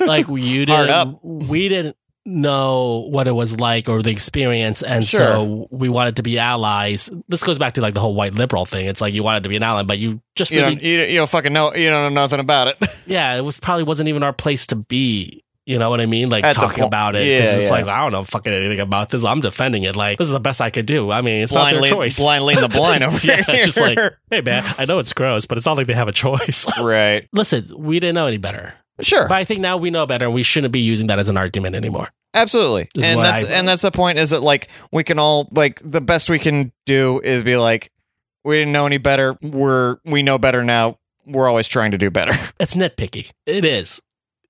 A: like you
B: Hard
A: didn't,
B: up.
A: we didn't know what it was like or the experience, and so we wanted to be allies. This goes back to like the whole white liberal thing. It's like you wanted to be an ally, but you just
B: you
A: really,
B: don't you, don't- you don't fucking know you don't know nothing about it.
A: yeah, it was probably wasn't even our place to be. You know what I mean? Like
B: At the
A: talking
B: po-
A: about it. 'cause
B: Yeah,
A: it's
B: yeah.
A: like, I don't know fucking anything about this. I'm defending it. Like, this is the best I could do. I mean, it's
B: blindly,
A: not their choice.
B: blindly in the blind over
A: Yeah,
B: here.
A: just like- Hey, man, I know it's gross, but it's not like they have a choice.
B: right.
A: Listen, we didn't know any better.
B: Sure.
A: But I think now we know better. and We shouldn't be using that as an argument anymore.
B: Absolutely.
A: Is
B: and
A: what
B: that's
A: I-
B: and that's the point is that like we can all like the best we can do is be like we didn't know any better. We're we know better now. We're always trying to do better.
A: It's nitpicky. It is.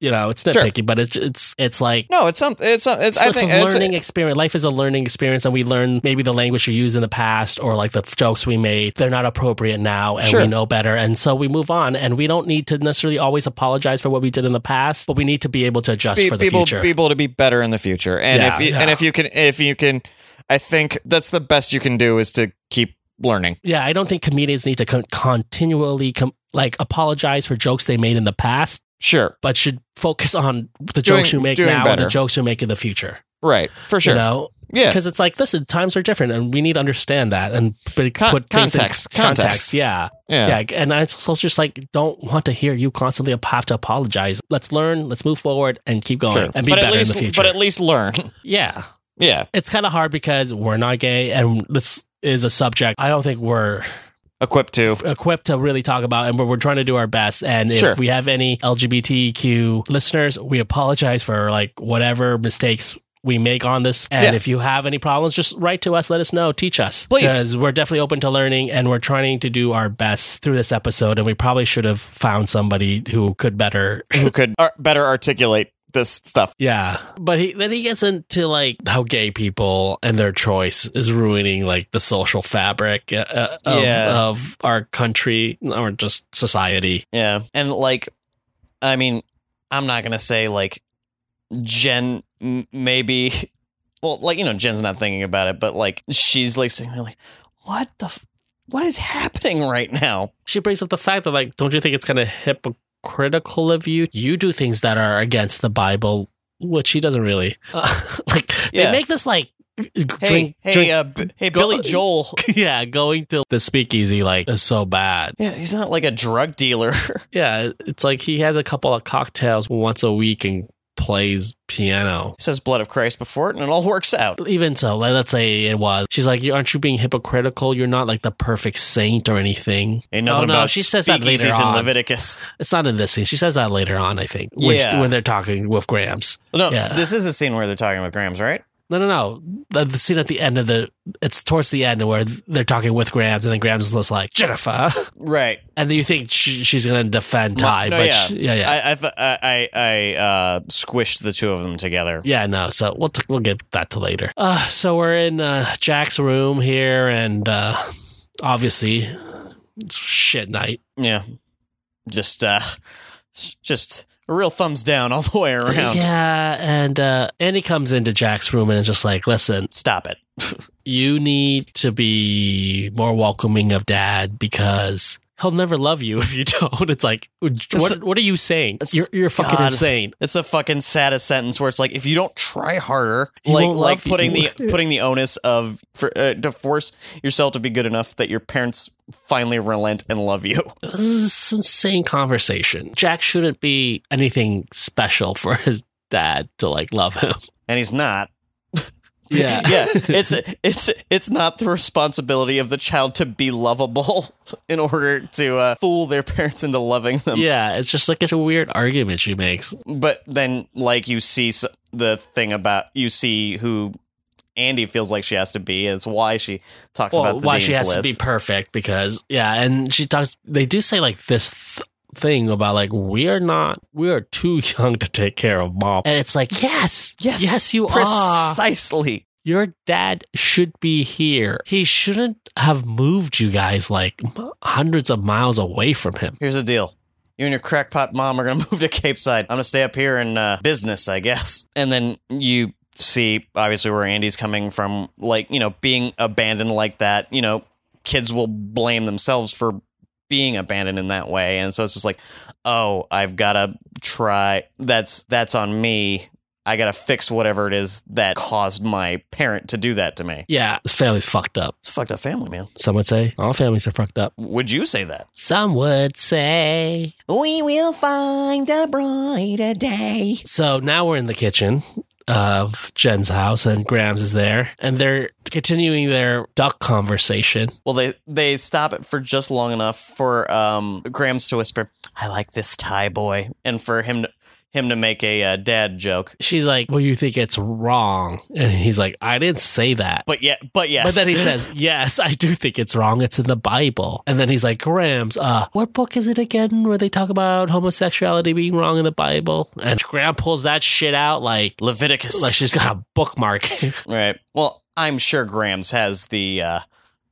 A: You know, it's nitpicky, but it's it's it's like
B: No, it's something it's some- it's
A: it's,
B: I
A: it's
B: think
A: a
B: it's
A: learning experience. Life is a learning experience, and we learn maybe the language we used in the past or like the jokes we made. They're not appropriate now, and
B: Sure.
A: we know better. And so we move on, and we don't need to necessarily always apologize for what we did in the past, but we need to be able to adjust
B: pe-
A: for the
B: people
A: future.
B: people to be better in the future. And
A: Yeah,
B: if you,
A: yeah.
B: and if you can if you can I think that's the best you can do is to keep learning.
A: yeah, I don't think comedians need to con- continually com- like apologize for jokes they made in the past.
D: Sure.
A: but should focus on the
D: Doing-
A: jokes you make
D: doing
A: now and
D: better.
A: the jokes you make in the future.
D: Right. For sure.
A: You know,
D: yeah.
A: because it's like, listen, times are different, and we need to understand that and but
D: Con-
A: put things in
D: context, context.
A: Yeah,
D: Yeah.
A: yeah, And I also just like don't want to hear you constantly have to apologize. Let's learn, let's move forward, and keep going,
D: Sure.
A: and be
D: but
A: better
D: at least,
A: in the future.
D: But at least learn.
A: yeah,
D: yeah.
A: it's kind of hard because we're not gay, and this is a subject I don't think we're
D: Equipped to.
A: equipped uh, to really talk about, and we're, we're trying to do our best. And
D: Sure.
A: if we have any LGBTQ listeners, we apologize for like whatever mistakes we make on this. And
D: Yeah.
A: if you have any problems, just write to us, let us know, teach us,
D: Please.
A: because we're definitely open to learning, and we're trying to do our best through this episode. And we probably should have found somebody who could better.
D: Who could ar- better articulate this stuff?
A: Yeah, but he then he gets into like how gay people and their choice is ruining like the social fabric uh, uh, of
B: Yeah.
A: of our country or just society.
B: Yeah. And like I mean, I'm not going to say like Jen m- maybe well, like you know, Jen's not thinking about it, but like she's like sitting there like what the f- what is happening right now?
A: she brings up the fact that like don't you think it's kind of hypocritical of you you do things that are against the bible which he doesn't really like
B: Yeah.
A: they make this like g-
B: Hey,
A: drink
B: hey,
A: drink
B: uh, B- hey,
A: go-
B: Billy Joel.
A: yeah going to the speakeasy like is so bad
B: Yeah, he's not like a drug dealer.
A: yeah it's like he has a couple of cocktails once a week and plays piano
B: He says blood of Christ before it, and it all works out.
A: even so like, let's say it was she's like "You- aren't you being hypocritical you're not like the perfect saint or anything
B: Ain't nothing
A: Oh, no,
B: about
A: she says that later
B: speakeasies in
A: on.
B: Leviticus.
A: it's not in this scene she says that later on i think when,
B: Yeah.
A: when they're talking with grams
B: No,
A: Yeah.
B: this is the scene where they're talking about Grams, right?
A: No, no, no. The, the scene at the end of the, it's towards the end where they're talking with Grams, and then Grams is just like Jennifer,
B: Right.
A: and then you think she, she's gonna defend
B: Ma-
A: Ty,
B: no,
A: but
B: yeah.
A: she- yeah, yeah,
B: I I th- I, I, I uh, squished the two of them together.
A: yeah, no. So we'll t- we'll get that to later. Uh, so we're in uh, Jack's room here, and uh, obviously it's shit night.
B: Yeah, just uh, s- just a real thumbs down all the way around.
A: Yeah, and uh, Andy comes into Jack's room and is just like, listen,
B: Stop it.
A: you need to be more welcoming of dad because he'll never love you if you don't. It's like, what, what are you saying?
B: It's-
A: You're, you're fucking
B: God.
A: insane.
B: It's the fucking saddest sentence where it's like, if you don't try harder,
A: He
B: like
A: won't
B: like
A: love you.
B: putting the putting the onus of for, uh, to force yourself to be good enough that your parents finally relent and love you.
A: This is insane conversation. Jack shouldn't be anything special for his dad to like love him.
B: and he's not.
A: Yeah.
B: yeah. It's it's it's not the responsibility of the child to be lovable in order to uh, fool their parents into loving them.
A: yeah, it's just like it's a weird argument she makes.
B: But then, like you see s- the thing about you see who Andy feels like she has to be. It's why she talks
A: Well,
B: about the
A: why she
B: dean's
A: has
B: list.
A: to be perfect because yeah, and she talks. They do say like this th- thing about like we are not, we are too young to take care of mom, and it's like yes,
B: Yes,
A: yes, you are.
B: precisely.
A: Your dad should be here. He shouldn't have moved you guys like m- hundreds of miles away from him.
B: Here's the deal. You and your crackpot mom are gonna move to Cape Side. I'm gonna stay up here in uh, business, I guess. And then you see, obviously, where Andy's coming from. Like, you know, being abandoned like that. You know, kids will blame themselves for being abandoned in that way. And so it's just like, oh, I've gotta try. That's that's on me. I gotta fix whatever it is that caused my parent to do that to me.
A: Yeah, this family's fucked up.
B: It's a fucked up family, man.
A: Some would say all families are fucked up.
B: Would you say that?
A: Some would say.
B: We will find a brighter day.
A: So now we're in the kitchen of Jen's house, and Grams is there, and they're continuing their duck conversation.
B: Well, they they stop it for just long enough for um Grams to whisper, "I like this tie boy," and for him to, him to make a uh, dad joke.
A: She's like, "Well, you think it's wrong," and he's like, "I didn't say that."
B: But yeah, but yes.
A: But then he says, "Yes, I do think it's wrong. It's in the Bible." And then he's like, "Grams, uh, what book is it again where they talk about homosexuality being wrong in the Bible?" And Graham pulls that shit out like
B: Leviticus.
A: like she's got a bookmark.
B: right. Well, I'm sure Grams has the uh,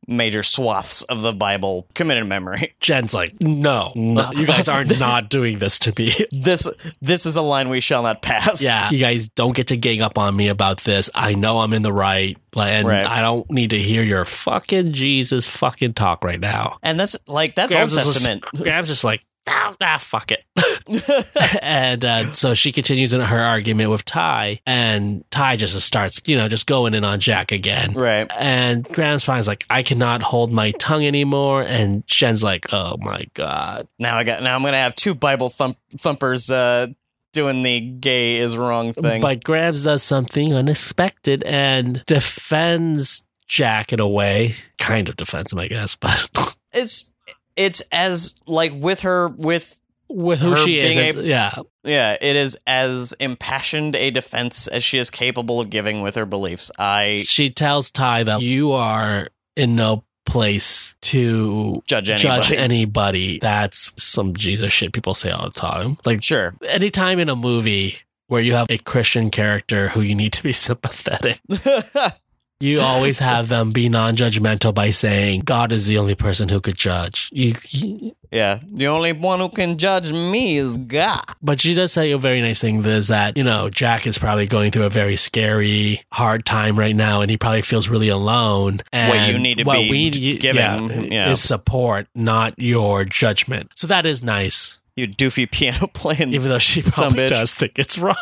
B: major swaths of the Bible committed memory.
A: Jen's like, "No, no, you guys are not doing this to me."
B: This this is a line we shall not pass.
A: Yeah, you guys don't get to gang up on me about this. I know I'm in the right, like, and
B: Right.
A: I don't need to hear your fucking Jesus fucking talk right now.
B: And that's like that's Old
A: Grams is just-
B: Testament.
A: Grab's just like, "Ah, ah, fuck it. and uh, so she continues in her argument with Ty, and Ty just starts, you know, just going in on Jack again.
B: right.
A: And Graham's finds like, I cannot hold my tongue anymore. And Shen's like, oh my God.
B: Now I got. Now I'm gonna have two Bible thump, thumpers uh, doing the "gay is wrong" thing.
A: But Grams does something unexpected and defends Jack in a way. Kind of defends him, I guess, but
B: it's it's as like with her with
A: with who
B: Her
A: she is.
B: being
A: it's- yeah.
B: yeah. It is as impassioned a defense as she is capable of giving with her beliefs. I
A: She tells Ty that you are in no place to
B: judge anybody.
A: judge anybody. That's some Jesus shit people say all the time. Like,
B: Sure.
A: anytime in a movie where you have a Christian character who you need to be sympathetic, you always have them be non judgmental by saying, God is the only person who could judge. You, you-
B: yeah. The only one who can judge me is God.
A: but she does say a very nice thing is that, you know, Jack is probably going through a very scary, hard time right now, and he probably feels really alone. And
B: What you need to be giving, yeah.
A: is support, not your judgment. So that is nice,
B: You doofy piano playing.
A: even though she
B: Some
A: probably
B: bitch.
A: does think it's wrong.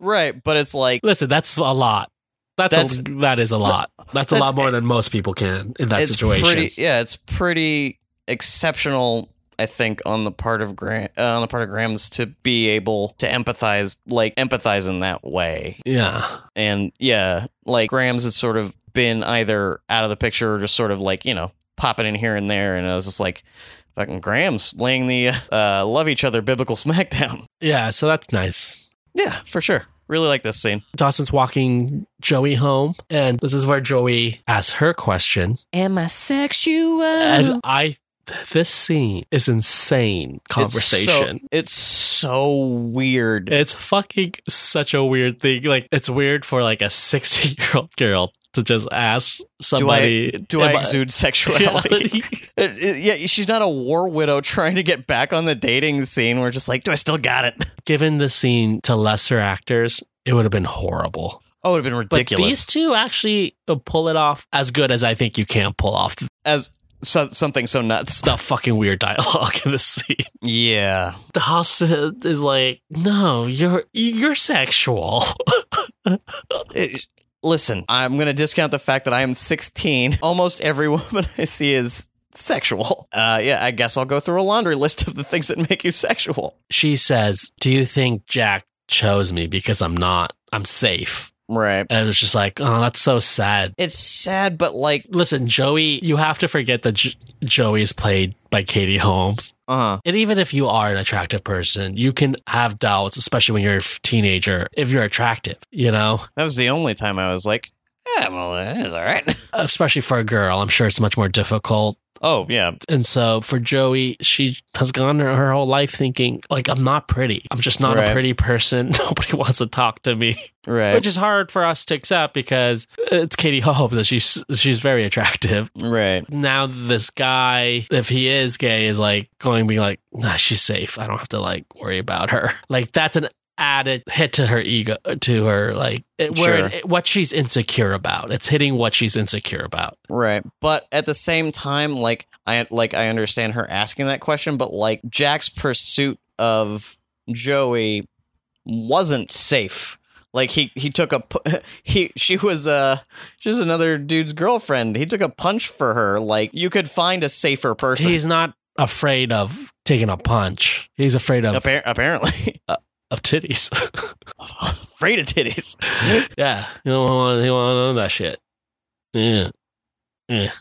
B: right, but it's like
A: Listen, that's a lot. That's, a,
B: That's-
A: that is a lot. That's, a
B: that's-
A: lot more than most people can in that
B: it's
A: situation.
B: pretty. Yeah, it's pretty exceptional. I think on the part of Graham, uh, on the part of Graham's to be able to empathize, like empathize in that way,
A: yeah,
B: and yeah, like Graham's has sort of been either out of the picture or just sort of like you know popping in here and there, and I was just like, fucking Graham's laying the uh, love each other biblical smackdown.
A: yeah. So that's nice.
B: Yeah, for sure. Really like this scene.
A: Dawson's walking Joey home, and this is where Joey asks her question.
B: Am I sexual?
A: And I, this scene is insane. Conversation. Eh,
B: It's so, it's so weird.
A: It's fucking such a weird thing. Like it's weird for like a sixty year old girl to just ask somebody.
B: Do I
A: am
B: exude sexuality? It- it- yeah, she's not a war widow trying to get back on the dating scene. We're just like, do I still got it?
A: Given the scene to lesser actors, it would have been horrible.
B: Oh, it'd have been ridiculous.
A: But these two actually uh, pull it off as good as I think you can pull off
B: As so, something so nuts.
A: the fucking weird dialogue in this scene.
B: Yeah,
A: The house is like, no, you're you're sexual.
B: It- listen, I'm gonna discount the fact that I am 16. Almost every woman I see is sexual. Uh, yeah, I guess I'll go through a laundry list of the things that make you sexual.
A: She says, "Do you think Jack chose me because I'm not? I'm safe."
B: Right.
A: And it was just like, oh, that's so sad.
B: It's sad, but like,
A: Listen, Joey, you have to forget that J- Joey is played by Katie Holmes.
B: uh,
A: And even if you are an attractive person, you can have doubts, especially when you're a teenager, if you're attractive, you know?
B: that was the only time I was like, yeah, well, that's all right.
A: especially for a girl, I'm sure it's much more difficult.
B: Oh yeah,
A: And so for Joey, she has gone her- her whole life thinking, like, I'm not pretty. I'm just not a
B: Right.
A: pretty person. Nobody wants to talk to me,
B: right.
A: which is hard for us to accept because it's Katie Holmes and she's, she's very attractive.
B: Right.
A: Now this guy, if he is gay, is like going to be like, nah, she's safe. I don't have to like worry about her. Like that's an added hit to her ego, to her like it, where
B: Sure.
A: it- what she's insecure about. It's hitting what she's insecure about.
B: Right. But at the same time, like I like I understand her asking that question, but like Jack's pursuit of Joey wasn't safe. Like he he took a pu- he she was uh she was another dude's girlfriend. He took a punch for her. Like you could find a safer person.
A: He's not afraid of taking a punch. He's afraid of,
B: Appar- apparently
A: of titties.
B: afraid of titties.
A: yeah, you don't want you want none of that shit. Yeah, yeah,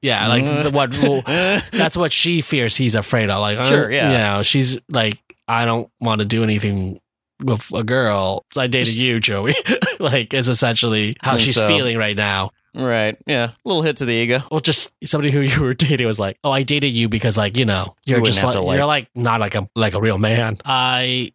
A: yeah. Like the,
B: Mm.
A: what? well, that's what she fears. He's afraid of. Like I
B: Sure,
A: don't-
B: yeah.
A: You know, she's like, I don't want to do anything with a girl. So I dated
B: Just-
A: you, Joey. like is essentially how
B: And
A: she's
B: so-
A: feeling right now.
B: right. Yeah. Little hit to the ego.
A: Well, just somebody who you were dating was like, "Oh, I dated you because, like, you know, you're
B: wouldn't
A: just like,
B: have to, like-
A: you're like not like a like a real man." I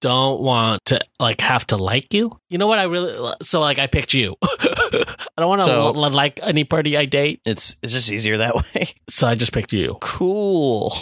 A: don't want to like have to like you. You know what? I really so like I picked you. I don't want to
B: So-
A: like any party I date,
B: It's it's just easier that way.
A: so I just picked you.
B: Cool.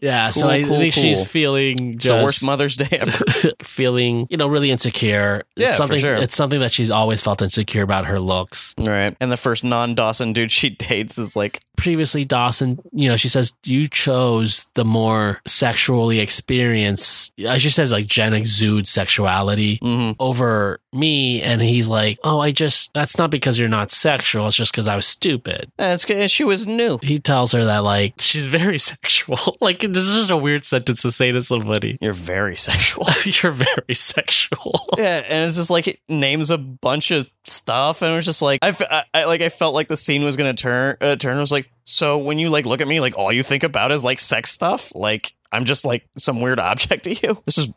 A: Yeah, so
B: Cool,
A: I
B: cool,
A: think
B: cool.
A: she's feeling just
B: So worst Mother's Day ever.
A: feeling, you know, really insecure.
D: Yeah, for
A: it's something
D: sure.
A: it's something that she's always felt insecure about her looks.
B: right. And the first non Dawson dude she dates is like
A: Previously Dawson, you know, she says you chose the more sexually experienced uh, she says like Jen exudes sexuality
B: mhm.
A: over me and he's like, "Oh, I just that's not because you're not sexual, it's just cuz I was stupid."
B: "Eh, it's 'cause she was new.
A: He tells her that like she's very sexual. Like this is just a weird sentence to say to somebody.
B: You're very sexual.
A: you're very sexual.
B: yeah, and it's just like it names a bunch of stuff, and it was just like I, f- I- I- like I felt like the scene was gonna turn uh, turn. It was like so when you like look at me, like all you think about is like sex stuff. Like I'm just like some weird object to you. This is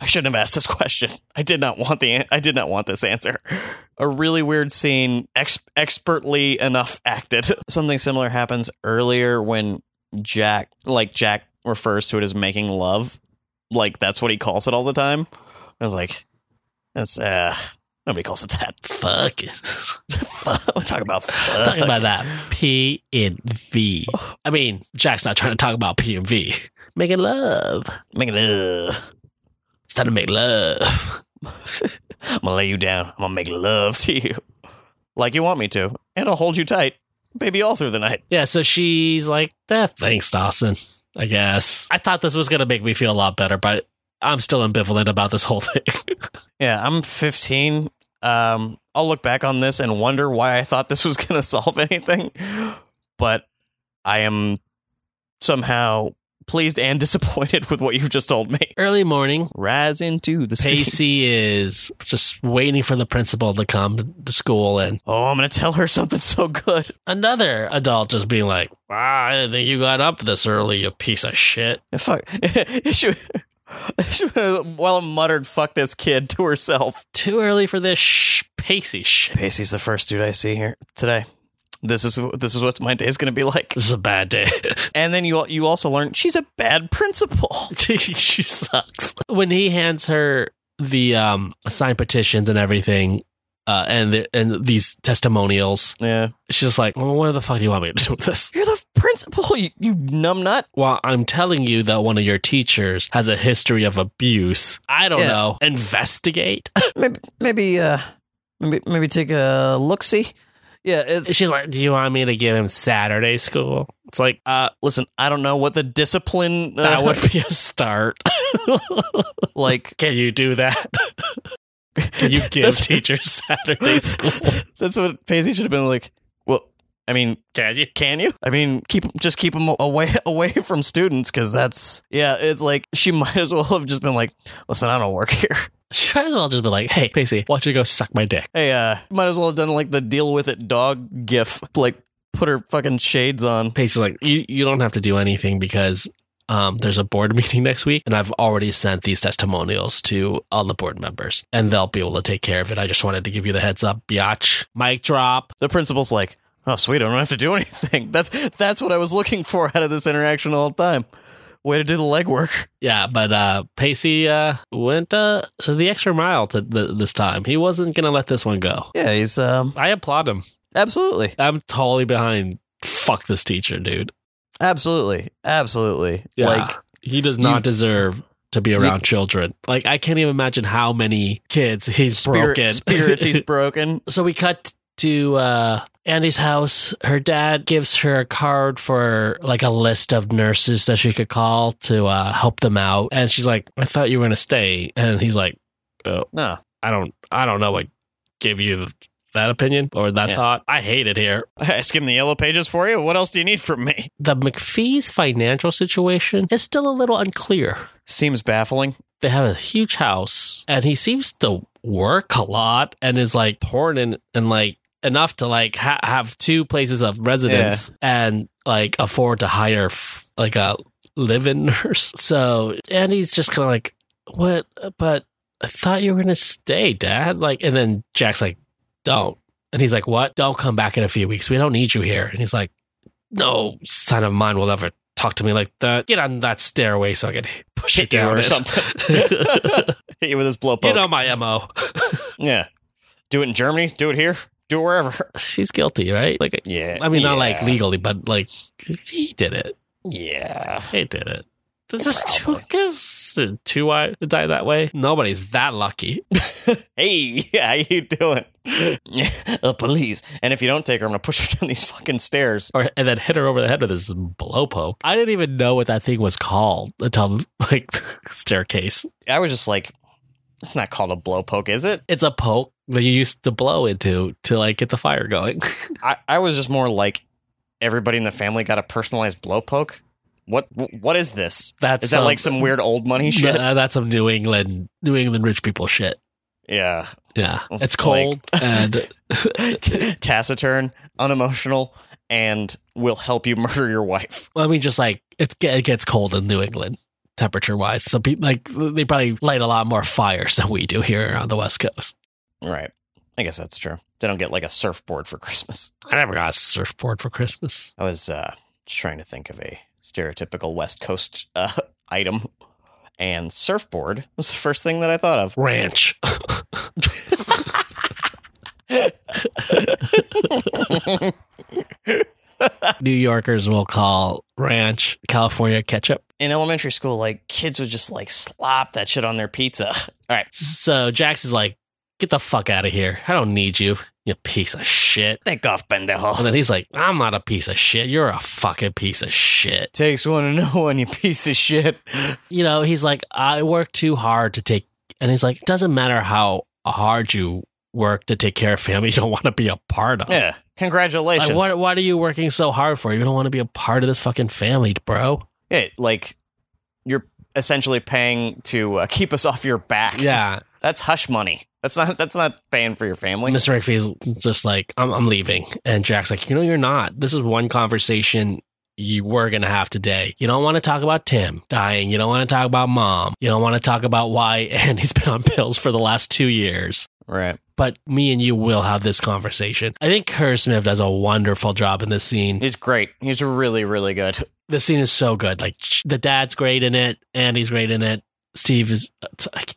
B: I shouldn't have asked this question. I did not want the an- I did not want this answer. A really weird scene, ex- expertly enough acted. Something similar happens earlier when Jack, like Jack, refers to it as making love. Like that's what he calls it all the time. I was like, that's uh nobody calls it that.
A: Fuck it.
B: Fuck. Talk about fuck.
A: talking about that P and V. I mean, Jack's not trying to talk about P and V. Making love.
B: Make it ugh.
A: It's time to make love.
B: I'm gonna lay you down. I'm gonna make love to you. Like you want me to. And I'll hold you tight. Baby all through the night.
A: Yeah, so she's like, "That thanks, Dawson." I guess I thought this was gonna make me feel a lot better, but I'm still ambivalent about this whole thing.
B: Yeah, I'm 15. Um, I'll look back on this and wonder why I thought this was going to solve anything, but I am somehow pleased and disappointed with what you've just told me.
A: Early morning,
B: Rise into the street.
A: Pacey is just waiting for the principal to come to school, and
B: Oh, I'm going to tell her something so good.
A: another adult just being like, "Wow, I didn't think you got up this early, you piece of shit."
B: Fuck. she, she, well, muttered, fuck this kid to herself.
A: Too early for this sh- Pacey shit.
B: Pacey's the first dude I see here today. This is this is what my day's going to be like.
A: This is a bad day.
B: And then you you also learn she's a bad principal.
A: she sucks. When he hands her the um signed petitions and everything, uh, and the, and these testimonials,
B: Yeah.
A: she's just like, well, "What the fuck do you want me to do with this?"
B: You're the principal, you, you numbnut.
A: Well, I'm telling you that one of your teachers has a history of abuse. I don't
B: Yeah.
A: know. Investigate.
B: Maybe, maybe, uh, maybe, maybe take a look. See, yeah. It's
A: she's like, "Do you want me to give him Saturday school?" It's like, uh,
B: listen. I don't know what the discipline
A: that
B: uh,
A: would be a start.
B: like.
A: Can you do that? Can you give
B: That's-
A: teachers Saturday school?
B: That's what Paisley should have been like. Well, I mean,
A: Can you?
B: Can you? I mean, keep just keep them away away from students because that's yeah. It's like she might as well have just been like, listen, I don't work here.
A: She might as well just be like, hey, Pacey, why don't you go suck my dick?
B: Hey, uh, might as well have done like the deal with it dog gif, like put her fucking shades on.
A: Pacey's like, you, you don't have to do anything because um, there's a board meeting next week, and I've already sent these testimonials to all the board members, and they'll be able to take care of it. I just wanted to give you the heads up, biatch. Mic drop.
B: The principal's like, oh sweet, I don't have to do anything. That's that's what I was looking for out of this interaction all the time. Way to do the legwork.
A: Yeah, but uh, Pacey uh, went uh, the extra mile to th- this time. He wasn't going to let this one go.
B: Yeah, he's um
A: I applaud him.
B: absolutely,
A: I'm totally behind. Fuck this teacher, dude.
B: absolutely, absolutely.
A: Yeah.
B: Like
A: He does
B: You've-
A: not deserve to be
B: You-
A: around children. Like I can't even imagine how many kids he's
B: spirit,
A: broken.
B: spirits he's broken.
A: so we cut to uh, Andy's house. Her dad gives her a card for like a list of nurses that she could call to uh, help them out, and she's like, "I thought you were gonna stay," and he's like,
B: No,
A: "I don't, I don't know what gave you that opinion or that
B: Yeah.
A: thought. I hate it here."
B: I skimmed the yellow pages for you. What else do you need from me?
A: The McPhee's financial situation is still a little unclear.
B: Seems baffling.
A: they have a huge house and he seems to work a lot and is like pouring in and like enough to like ha- have two places of residence and like afford to hire f- like a live-in nurse so andy's just kind of like what but i thought you were gonna stay dad like and then jack's like don't and he's like what don't come back in a few weeks we don't need you here and he's like no son of mine will ever talk to me like that get on that stairway so i can push
B: Hit
A: it
B: you
A: down
B: or
A: it."
B: something. Hit you with this blow
A: you
B: poke.
A: know my mo.
B: yeah. Do it in Germany. Do it here. Do it wherever.
A: She's guilty, right? Like,
B: Yeah.
A: I mean, not
B: Yeah.
A: like legally, but like he did it.
B: Yeah.
A: He did it. This is two guys, two I die that way. Nobody's that lucky.
E: Hey,
B: Yeah, how you doing?
E: uh, please.
B: And if you don't take her, I'm gonna push her down these fucking stairs.
A: Or and then hit her over the head with this blowpoke. I didn't even know what that thing was called until like staircase.
B: I was just like, it's not called a blowpoke, is it?
A: It's a poke that you used to blow into to like get the fire going.
B: I, I was just more like, everybody in the family got a personalized blowpoke. What what is this?
A: That's
B: Is that
A: some-
B: like some weird old money shit?
A: Nah, that's some New England New England rich people shit.
B: Yeah.
A: Yeah,
B: Like-
A: it's cold and
B: Taciturn, unemotional, and will help you murder your wife.
A: I mean, just like it, ge- it gets cold in New England temperature wise. So people like they probably light a lot more fires than we do here on the West Coast.
B: Right. I guess that's true. They don't get like a surfboard for Christmas.
A: I never got a surfboard for Christmas.
B: I was uh, just trying to think of a stereotypical West Coast uh, item, and surfboard was the first thing that I thought of.
A: Ranch. New Yorkers will call ranch California ketchup.
B: In elementary school, like kids would just like slop that shit on their pizza. All right,
A: So Jax is like, "Get the fuck out of here! I don't need you, you piece of shit."
B: take off, pendejo.
A: And then he's like, "I'm not a piece of shit. You're a fucking piece of shit."
B: Takes one to know one, you piece of shit.
A: you know, he's like, I work too hard to take, and he's like, doesn't matter how hard you work to take care of family, you don't want to be a part of.
B: Yeah, congratulations.
A: Like, what, what are you working so hard for? You don't want to be a part of this fucking family, bro.
B: Yeah, like you're essentially paying to uh, keep us off your back.
A: Yeah.
B: that's hush money. That's not. That's not paying for your family.
A: Mr. McPhee's just like, I'm, I'm leaving. And Jack's like, you know, you're not. This is one conversation you were going to have today. You don't want to talk about Tim dying. You don't want to talk about mom. You don't want to talk about why Andy's been on pills for the last two years.
B: Right.
A: but me and you will have this conversation. I think Kerr Smith does a wonderful job in this scene.
B: He's great. He's really, really good.
A: This scene is so good. Like sh- the dad's great in it, Andy's great in it. Steve is.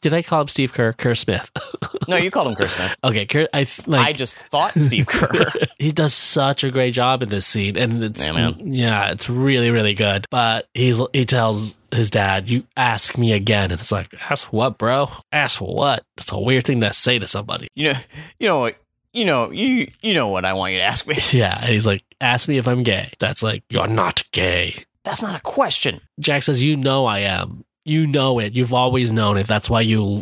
A: Did I call him Steve Kerr? Kerr Smith.
B: No, you called him Chris. Smith.
A: okay, Kerr. I th- like.
B: I just thought Steve Kerr.
A: he does such a great job in this scene, and it's
B: Yeah,
A: yeah,
B: man.
A: it's really really good. But he's he tells his dad, "You ask me again," and it's like, "Ask what, bro? Ask what?" It's a weird thing to say to somebody.
B: you know, you know, what- you know, you you know what I want you to ask me.
A: Yeah, and he's like, "Ask me if I'm gay." That's like, "You're not gay."
B: That's not a question.
A: Jack says, You know I am. You know it. You've always known it. That's why you l-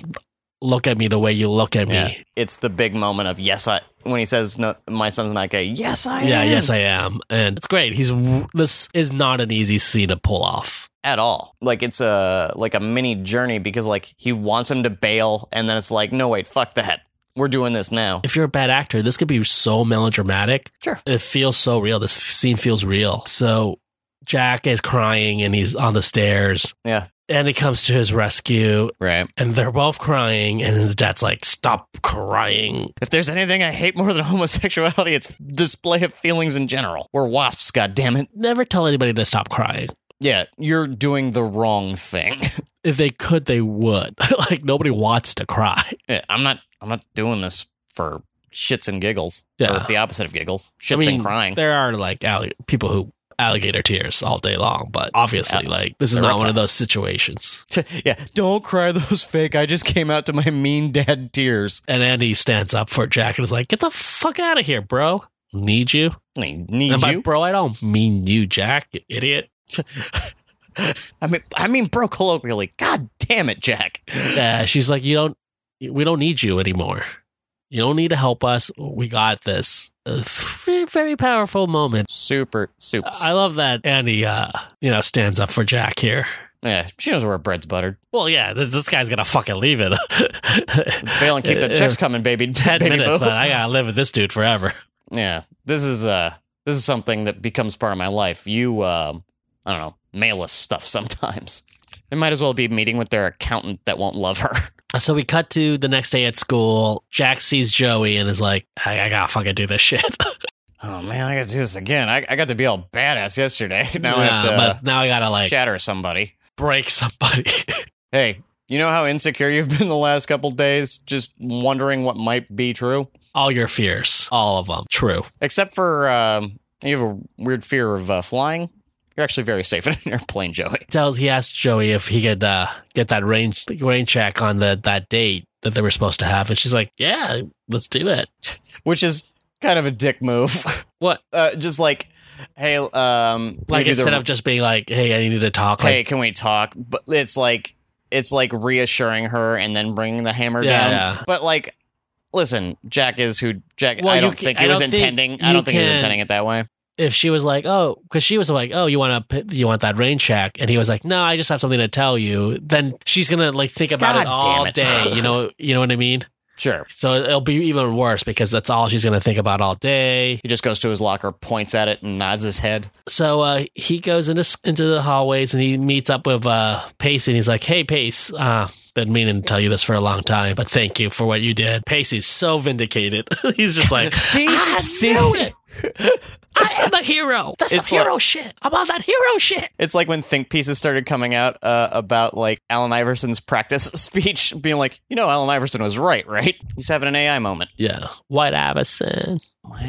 A: look at me the way you look at me.
B: Yeah. It's the big moment of yes, I. When he says no, my son's not gay. Yes, I.
A: Yeah,
B: am.
A: yes, I am. And it's great. He's this is not an easy scene to pull off.
B: at all. Like it's a like a mini journey because like he wants him to bail, and then it's like, no, wait, fuck that. We're doing this now.
A: If you're a bad actor, this could be so melodramatic.
B: Sure.
A: It feels so real. This scene feels real. So Jack is crying and he's on the stairs.
B: Yeah.
A: And he comes to his rescue
B: Right.
A: and they're both crying and his dad's like, Stop crying.
B: If there's anything I hate more than homosexuality, it's display of feelings in general. We're wasps, goddammit.
A: Never tell anybody to stop crying.
B: Yeah, you're doing the wrong thing.
A: if they could, they would. like nobody wants to cry.
B: Yeah, I'm not. I'm not doing this for shits and giggles.
A: Yeah.
B: Or the opposite of giggles.
A: I
B: Shits
A: mean,
B: and crying.
A: There are like alli- people who alligator tears all day long, but obviously,
B: Yeah.
A: like this is
B: They're
A: not one of
B: reptiles.
A: those situations.
B: yeah. Don't cry those fake. I just came out to my mean dad tears.
A: And Andy stands up for Jack and is like, "Get the fuck out of here, bro. Need you?
B: I need
A: and by
B: you.
A: bro, I don't mean you, Jack. You idiot."
B: I mean, I mean, bro, colloquially. God damn it, Jack.
A: Yeah, Uh, she's like, "You don't. We don't need you anymore. You don't need to help us. We got this." A very- very powerful moment.
B: Super, super.
A: I love that Andy, uh, you know, stands up for Jack here.
B: yeah, she knows where bread's buttered.
A: Well, yeah, this, this guy's gonna fucking leave it.
B: Bail and keep the checks coming, baby.
A: Uh, Ten
B: baby
A: minutes,
B: boo.
A: but I gotta live with this dude forever.
B: Yeah, this is uh, this is something that becomes part of my life. You, um, I don't know, mail us stuff sometimes. They might as well be meeting with their accountant that won't love her.
A: So we cut to the next day at school. Jack sees Joey and is like, "I, I gotta fucking do this shit."
B: Oh man, I gotta do this again. I, I got to be all badass yesterday. Now I
A: Yeah,
B: have to uh,
A: but now I gotta like
B: shatter somebody.
A: break somebody.
B: Hey, you know how insecure you've been the last couple days, just wondering what might be true?
A: all your fears, all of them, true.
B: Except for um, you have a weird fear of uh, flying. You're actually very safe in an airplane, Joey.
A: tells he asked Joey if he could uh, get that rain rain check on the that date that they were supposed to have, and she's like, "Yeah, let's do it."
B: Which is kind of a dick move.
A: What?
B: Uh, just like, hey, um, can we
A: Like
B: do the-
A: instead of just being like, "Hey, I needed to talk,"
B: hey,
A: like,
B: can we talk? But it's like it's like reassuring her and then bringing the hammer
A: Yeah,
B: down.
A: yeah.
B: But like, listen, Jack is who Jack.
A: Well,
B: I
A: you
B: don't
A: ca-
B: think
A: I
B: he was
A: don't think
B: intending. I
A: you
B: don't think he was
A: can-
B: intending it that way.
A: if she was like, "Oh," because she was like, "Oh, you want to you want that rain check," and he was like, "No, I just have something to tell you." Then she's gonna like think about
B: God
A: it all
B: damn it.
A: day. You know, you know what I mean.
B: Sure.
A: So it'll be even worse because that's all she's gonna think about all day.
B: He just goes to his locker, points at it, and nods his head.
A: So uh, he goes into into the hallways and he meets up with uh, Pace and he's like, "Hey, Pace, uh, been meaning to tell you this for a long time, but thank you for what you did." Pace is so vindicated. he's just like,
B: See,
A: "I
B: See?
A: knew it. I am a hero. That's
B: It's
A: some hero shit. I'm on that hero shit."
B: It's like when think pieces started coming out uh, about like Alan Iverson's practice speech, being like, you know, Alan Iverson was right, right? He's having an AI moment.
A: Yeah, White Iverson.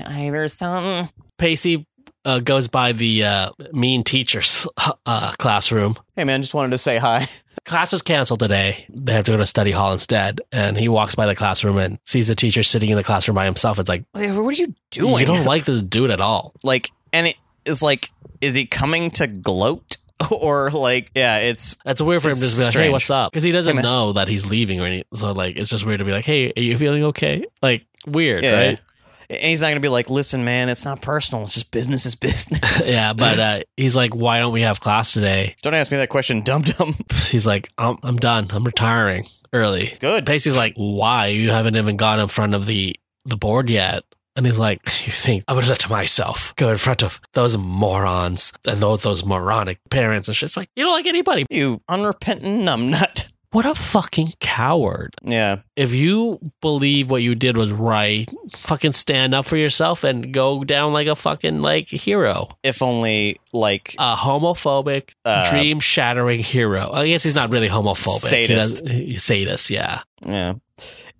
B: Iverson.
A: Pacey uh, goes by the uh, mean teachers uh, classroom.
B: Hey man, just wanted to say hi.
A: class was canceled today. They have to go to study hall instead. And he walks by the classroom and sees the teacher sitting in the classroom by himself. It's like,
F: Like, What are you doing?
A: you don't like this dude at all.
B: like and it is like is he coming to gloat or like yeah it's
A: That's weird for him
B: It's
A: to just be like, hey,
B: strange.
A: what's up? Because he doesn't
B: Hey, man.
A: know that he's leaving or anything. So, like, it's just weird to be like, hey, are you feeling okay? Like, weird,
B: yeah
A: right?
B: and he's not gonna be like listen man it's not personal it's just business is business
A: Yeah, but uh, he's like, why don't we have class today?
B: don't ask me that question dum dum
A: He's like, I'm, I'm done. I'm retiring early.
B: good
A: Pacey's like, why? You haven't even got in front of the, the board yet. And he's like, you think I would let to myself go in front of those morons and those, those moronic parents and shit. It's like, you don't like anybody.
B: you unrepentant numbnut
A: What a fucking coward.
B: yeah
A: If you believe what you did was right, fucking stand up for yourself and go down like a fucking like hero.
B: if only like
A: A homophobic,
B: Uh,
A: dream shattering hero. I guess he's not really homophobic. He
B: Sadist.
A: does- he- sadist, yeah.
B: yeah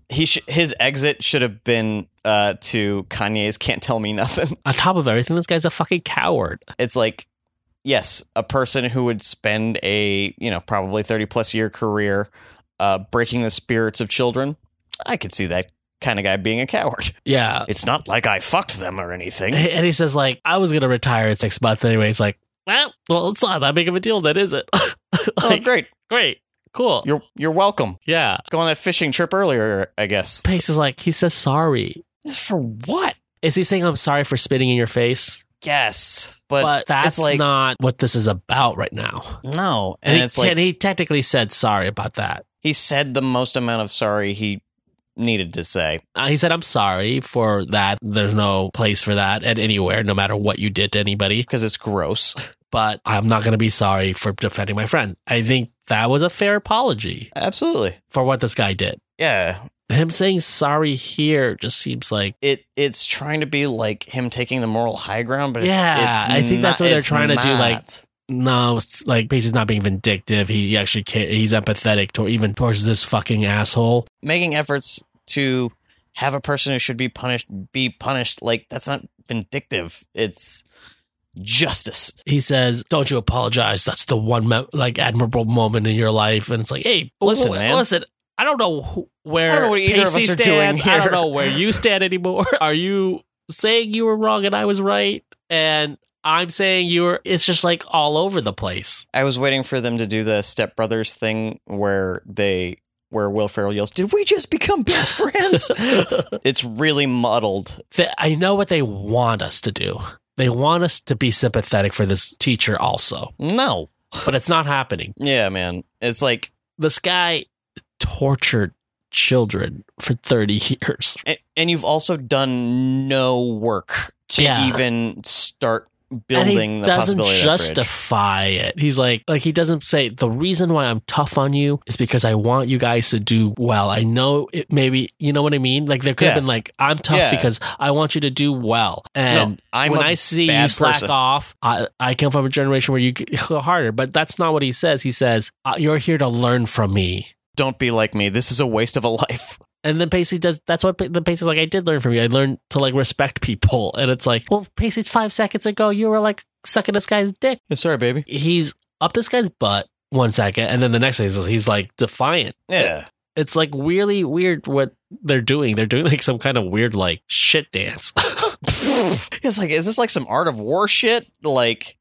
B: he sh- his exit should have been uh to kanye's can't tell me nothing
A: On top of everything, this guy's a fucking coward.
B: it's like yes a person who would spend a you know probably 30 plus year career uh breaking the spirits of children i could see that kind of guy being a coward
A: Yeah.
B: it's not like i fucked them or anything
A: And he says, like, I was gonna retire in six months anyway. He's like, well, well, it's not that big of a deal, then, is it?
B: oh
A: like,
B: great
A: great, cool,
B: you're you're welcome
A: yeah.
B: go on that fishing trip earlier i guess
A: Pace is like, he says sorry.
B: for what
A: Is he saying I'm sorry for spitting in your face?
B: yes
A: But,
B: but,
A: that's
B: it's like
A: not what this is about right now.
B: no
A: And,
B: and
A: he,
B: it's like
A: and he technically said sorry about that.
B: he said the most amount of sorry he needed to say
A: Uh, he said, "I'm sorry for that. There's no place for that at anywhere, no matter what you did to anybody."
B: because it's gross
A: But I'm not going to be sorry for defending my friend. I think that was a fair apology
B: absolutely
A: for what this guy did.
B: yeah
A: him saying sorry here just seems like
B: it it's trying to be like him taking the moral high ground, but it-
A: Yeah,
B: it's
A: I think that's
B: not-
A: what they're
B: it's
A: trying to do, like-
B: not.
A: no, it's like Pacey's not being vindictive. He actually ca he's empathetic to even towards this fucking asshole.
B: making efforts to have a person who should be punished be punished. Like that's not vindictive. It's justice.
A: He says, "Don't you apologize? That's the one me- like admirable moment in your life." And it's like, hey,
B: Listen,
A: w-
B: man.
A: listen. I don't know who, where
B: I don't know what either of
A: Pacey
B: us are doing
A: stands. I don't
B: here.
A: know where you stand anymore. Are you saying you were wrong and I was right? And I'm saying you were. It's just like all over the place.
B: I was waiting for them to do the Step Brothers thing where they where Will Ferrell yells, "Did we just become best friends?" it's really muddled.
A: Th I know what they want us to do. They want us to be sympathetic for this teacher also,
B: No,
A: but it's not happening.
B: yeah, man. It's like
A: This guy tortured children for 30 years.
B: and, and you've also done no work to
A: Yeah.
B: even start
A: and
B: building
A: he
B: the
A: doesn't
B: possibility of that bridge.
A: justify it. He's like like he doesn't say the reason why I'm tough on you is because I want you guys to do well. I know it maybe you know what I mean? Like there could have
B: Yeah.
A: been like I'm tough
B: Yeah.
A: because I want you to do well. And
B: no, I'm
A: when
B: a
A: I see you
B: bad
A: slack
B: person.
A: off, I, I come from a generation where you go harder, but that's not what he says. He says, uh, You're here to learn from me.
B: don't be like me. This is a waste of a life.
A: And then Pacey does, that's what Pa- the Pacey's like, I did learn from you. I learned to like respect people. And it's like, Well, Pacey, five seconds ago, you were like sucking this guy's dick.
D: Yeah, sorry, baby.
A: He's up this guy's butt one second, and then the next thing is he's like defiant.
B: Yeah.
A: It's like really weird what they're doing. They're doing like some kind of weird like shit dance.
B: It's like, is this like some art of war shit? Like,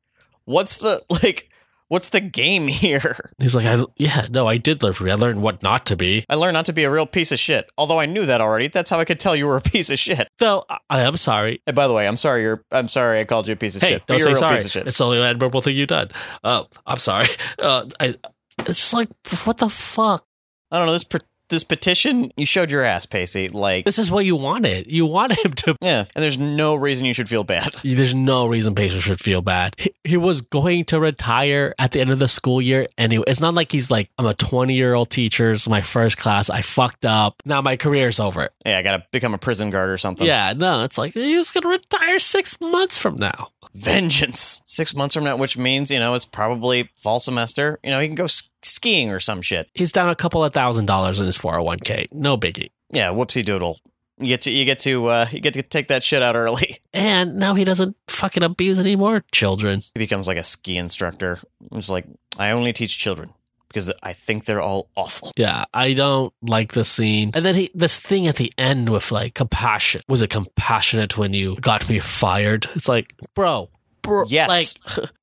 B: what's the like? What's the game here?
A: he's like, I yeah, no, I did learn from you. I learned what not to be.
B: I learned not to be a real piece of shit. Although I knew that already. That's how I could tell you were a piece of shit.
A: Though I, I am sorry.
B: And by the way, I'm sorry. You're. I'm sorry. I called you a piece of
A: Hey,
B: shit. but
A: don't
B: you're
A: say
B: a real
A: sorry.
B: piece of shit.
A: It's the only admirable thing you've done. Uh, I'm sorry. Uh, I. It's just like what the fuck.
B: I don't know this. Per- this petition, you showed your ass, Pacey. Like,
A: This is what you wanted. You wanted him to
B: yeah. And there's no reason you should feel bad.
A: There's no reason Pacers should feel bad. He, he was going to retire at the end of the school year anyway. It's not like he's like, I'm a 20 year old teacher. It's my first class. I fucked up. Now my career's over.
B: Yeah, I gotta become a prison guard or something.
A: Yeah, no, it's like he was going to retire six months from now.
B: vengeance six months from now which means you know it's probably fall semester you know he can go s- skiing or some shit
A: He's down a couple of thousand dollars in his 401k. No biggie.
B: yeah whoopsie doodle you get to you get to uh you get to take that shit out early
A: And now he doesn't fucking abuse any more children.
B: he becomes like a ski instructor it's like i only teach children because i think they're all awful
A: Yeah, I don't like the scene. And then he, this thing at the end with like compassion. Was it compassionate when you got me fired? It's like, bro, bro, like
B: yes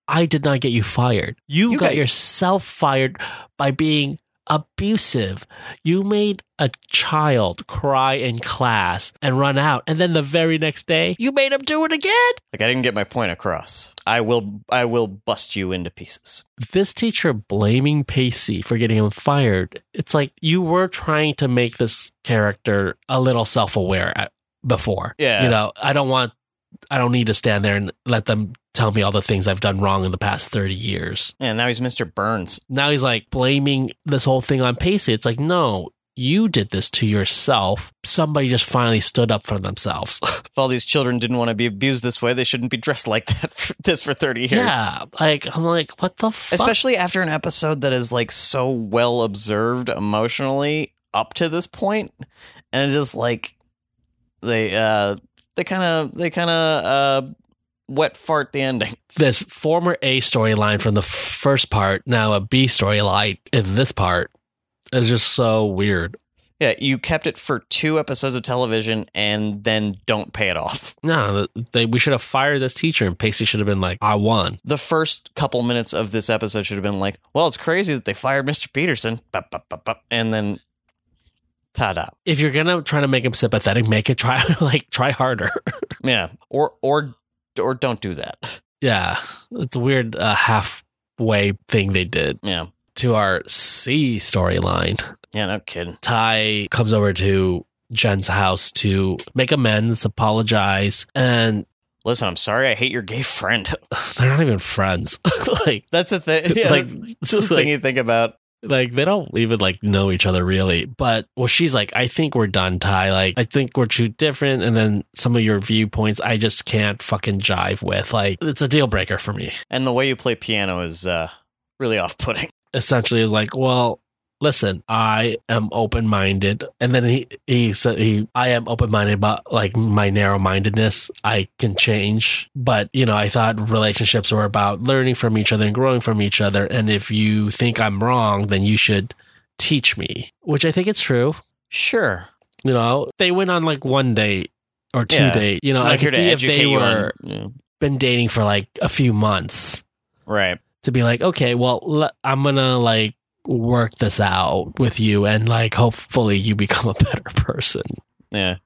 A: I did not get you fired. You,
B: You
A: got,
B: got-
A: yourself fired by being abusive. You made a child cry in class and run out, and then the very next day you made him do it again.
B: like i didn't get my point across i will i will bust you into pieces
A: this teacher blaming Pacey for getting him fired, it's like you were trying to make this character a little self aware before.
B: Yeah.
A: You know, I don't want, I don't need to stand there and let them tell me all the things I've done wrong in the past 30 years.
B: and now he's mr burns
A: Now he's like blaming this whole thing on Pacey. It's like, no, you did this to yourself. Somebody just finally stood up for themselves.
B: if all these children didn't want to be abused this way they shouldn't be dressed like that for this for 30 years
A: yeah. Like, I'm like, what the fuck?
B: especially after an episode that is like so well observed emotionally up to this point and it is like they uh they kind of they kind of uh wet fart the ending
A: this former A storyline from the first part, now a B storyline in this part, is just so weird.
B: yeah you kept it for two episodes of television and then don't pay it off
A: No, they, we should have fired this teacher, and Pacey should have been like, "I won."
B: the first couple minutes of this episode should have been like well it's crazy that they fired mr peterson Bup, bup, bup, bup. and then ta-da
A: If you're gonna try to make him sympathetic, make it try like try harder.
B: yeah or or or don't do that
A: yeah, it's a weird uh, halfway thing they did
B: yeah
A: to our C storyline.
B: yeah no kidding
A: Ty comes over to Jen's house to make amends, apologize, and
B: listen, I'm sorry, I hate your gay friend.
A: they're not even friends. like,
B: That's the thing. Yeah,
A: like,
B: that's
A: like,
B: the thing you think about.
A: like they don't even like know each other really but well she's like i think we're done ty like i think we're too different and then some of your viewpoints i just can't fucking jive with like it's a deal breaker for me
B: And the way you play piano is uh, really off-putting.
A: essentially is like well listen i am open-minded and then he he said he i am open-minded but like my narrow-mindedness i can change but you know i thought relationships were about learning from each other and growing from each other and if you think i'm wrong then you should teach me which i think it's true
B: Sure.
A: You know, they went on like one date or two
B: Yeah.
A: date. You know,
B: I'm
A: Uh, I
B: not here
A: could
B: to
A: see if
B: educate
A: they
B: you on-
A: were
B: Yeah.
A: been dating for like a few months
B: Right.
A: to be like, okay, well, le- I'm gonna like work this out with you, and like hopefully you become a better person.
B: Yeah.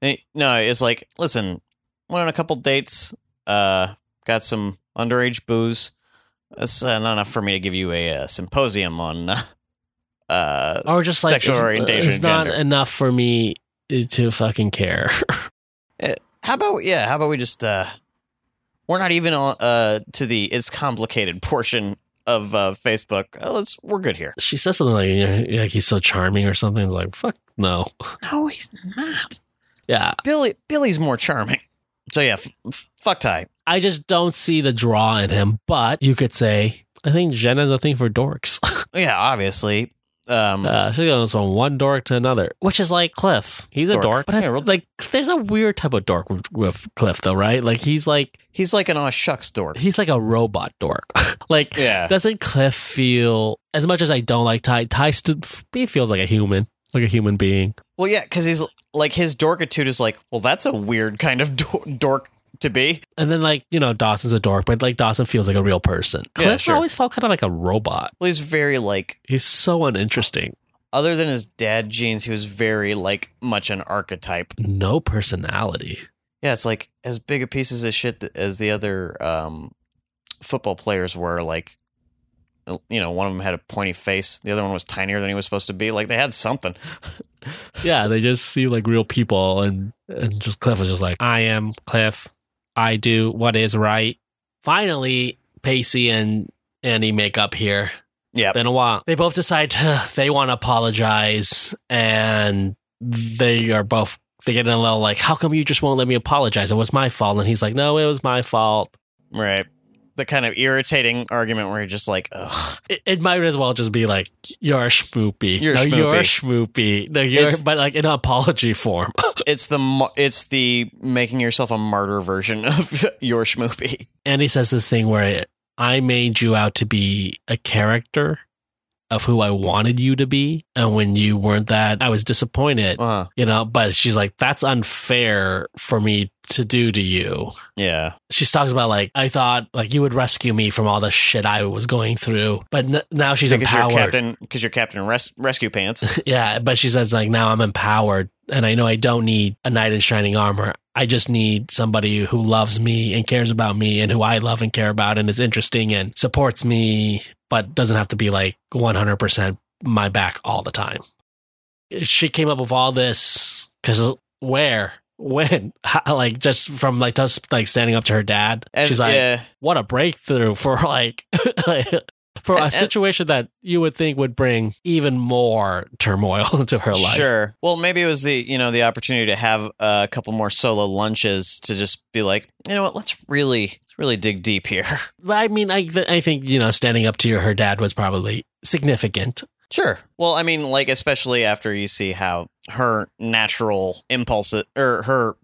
B: Eh, No, it's like, listen, went on a couple dates, uh, got some underage booze. That's uh, not enough for me to give you a, uh symposium on uh, uh,
A: Or just like
B: Sexual
A: it's,
B: orientation
A: it's
B: and
A: not
B: gender.
A: enough for me eh, to fucking care.
B: How about yeah? How about we just uh, we're not even on uh to the it's complicated portion of uh, Facebook. Uh, let's we're good here.
A: she says something like, you know, like he's so charming or something. It's like, fuck no.
B: No, he's not.
A: Yeah,
B: Billy Billy's more charming. So yeah, f- f- fuck Ty.
A: I just don't see the draw in him. But you could say, I think Jen has a thing for dorks.
B: Yeah, obviously. Um,
A: Uh, she goes from one dork to another, which is like Cliff. He's a
B: Dork.
A: dork, but I-
B: Yeah, real-
A: like there's a weird type of dork with, with Cliff, though, right? Like he's like
B: he's like an aw shucks dork.
A: he's like a robot dork. like
B: Yeah.
A: doesn't Cliff feel as much as I don't like Ty? Ty st- he feels like a human, like a human being.
B: Well, yeah, because he's like his dorkitude is like, well, that's a weird kind of dor- dork to be.
A: And then like you know Dawson's a dork, but like Dawson feels like a real person.
B: Yeah,
A: Cliff
B: sure.
A: always felt kind of like a robot.
B: Well, he's very like,
A: He's so uninteresting.
B: other than his dad genes, he was very like much an archetype.
A: No personality.
B: Yeah, it's like as big a pieces of shit th- as the other um, football players were. Like, you know, one of them had a pointy face, the other one was tinier than he was supposed to be. Like, they had something.
A: yeah, they just see like real people, and and just Cliff was just like, I am Cliff. I do what is right. Finally, Pacey and Annie make up here.
B: Yeah,
A: Been a while. They both decide to, they want to apologize, and they are both they get in a little like, how come you just won't let me apologize? It was my fault, and he's like, no, it was my fault.
B: right. The kind of irritating argument where you're just like, ugh.
A: It, it might as well just be like, you're a schmoopy.
B: You're a
A: no, you're a schmoopy. No, you're,
B: It's-
A: but like in an apology form.
B: It's the mar- it's the making yourself a martyr version of your schmoopy.
A: And he says this thing where it, I made you out to be a character of who I wanted you to be. And when you weren't that, I was disappointed,
B: Uh,
A: you know. But she's like, that's unfair for me to do to you.
B: yeah,
A: She talks about, like, I thought, like, you would rescue me from all the shit I was going through. But n- now she's
B: because you're
A: empowered.
B: captain because you're captain res- rescue pants.
A: Yeah. But she says, like, now I'm empowered. And I know I don't need a knight in shining armor. I just need somebody who loves me and cares about me and who I love and care about and is interesting and supports me, but doesn't have to be like 100% my back all the time. She came up with all this because where? When? How, like just from like just like standing up to her dad.
B: And,
A: She's like,
B: yeah,
A: what a breakthrough for like for a
B: And- uh,
A: situation that you would think would bring even more turmoil into her life.
B: sure. Well, maybe it was the you know the opportunity to have a couple more solo lunches to just be like, you know what, let's really let's really dig deep here.
A: But I mean, I I think you know standing up to your, her dad was probably significant.
B: Sure. Well, I mean, like especially after you see how her natural impulses or her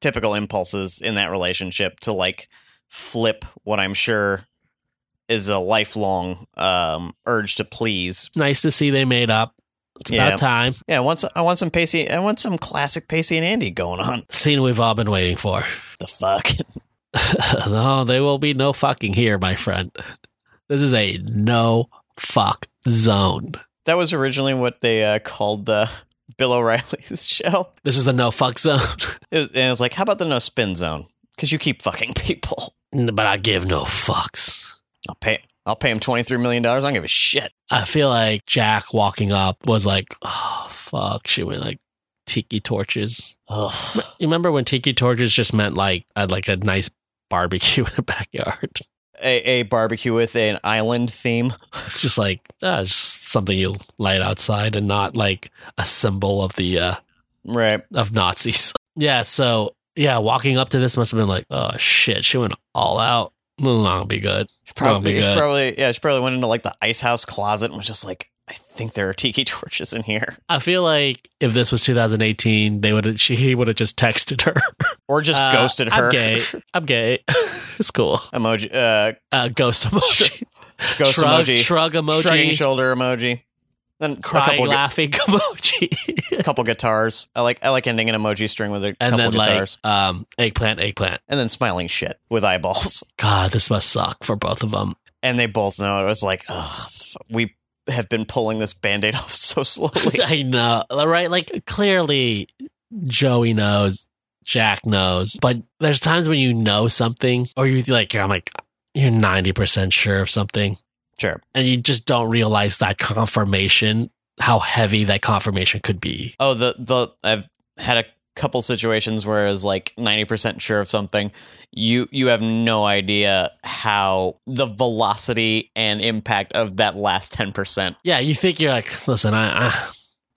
B: typical impulses in that relationship to like flip what I'm sure is a lifelong um urge to please.
A: Nice to see they made up. It's
B: Yeah.
A: about time.
B: Yeah, I want some, I want some Pacey I want some classic Pacey and Andy going on.
A: Scene we've all been waiting for.
B: The fuck.
A: no, there will be no fucking here, my friend. This is a no fuck zone.
B: That was originally what they uh, called the Bill O'Reilly's show.
A: This is the no fuck zone.
B: It was, and it was like, how about the no spin zone? Because you keep fucking people.
A: but I give no fucks.
B: I'll pay. I'll pay him twenty three million dollars. I don't give a shit.
A: I feel like Jack walking up was like, oh, fuck. She went like tiki torches.
B: Ugh.
A: You remember when tiki torches just meant like I had like a nice barbecue in the backyard?
B: A, a barbecue with an island theme.
A: It's just like, ah, it's just something you light outside and not like a symbol of the, uh,
B: Right.
A: of Nazis. Yeah. So, yeah, walking up to this must have been like, oh shit, she went all out. Mm, That'll be good.
B: She
A: That'll be
B: probably, she
A: good.
B: probably, yeah, she probably went into like the ice house closet and was just like, I think there are tiki torches in here.
A: I feel like if this was 2018, they would have, she, he would have just texted her.
B: Or just
A: Uh,
B: ghosted
A: I'm
B: her.
A: gay. I'm gay. it's cool.
B: emoji, uh,
A: Uh, ghost emoji.
B: ghost
A: shrug,
B: emoji.
A: Shrug emoji.
B: Shrugging shoulder emoji. Then a
A: crying,
B: couple, gu-
A: laughing emoji.
B: couple guitars. I like, I like ending an emoji string with a
A: and then
B: couple guitars.
A: like um, eggplant, eggplant.
B: and then smiling shit with eyeballs.
A: God, this must suck for both of them.
B: And they both know it. It was like, ugh, we have been pulling this band aid off so slowly.
A: I know, right? Like clearly, Joey knows, Jack knows, but there's times when you know something, or you like, I'm like, you're ninety percent sure of something,
B: sure.
A: and you just don't realize that confirmation, how heavy that confirmation could be.
B: Oh, the the I've had a couple situations where I was like ninety percent sure of something. You you have no idea how the velocity and impact of that last ten percent.
A: Yeah, you think you're like, listen, I, I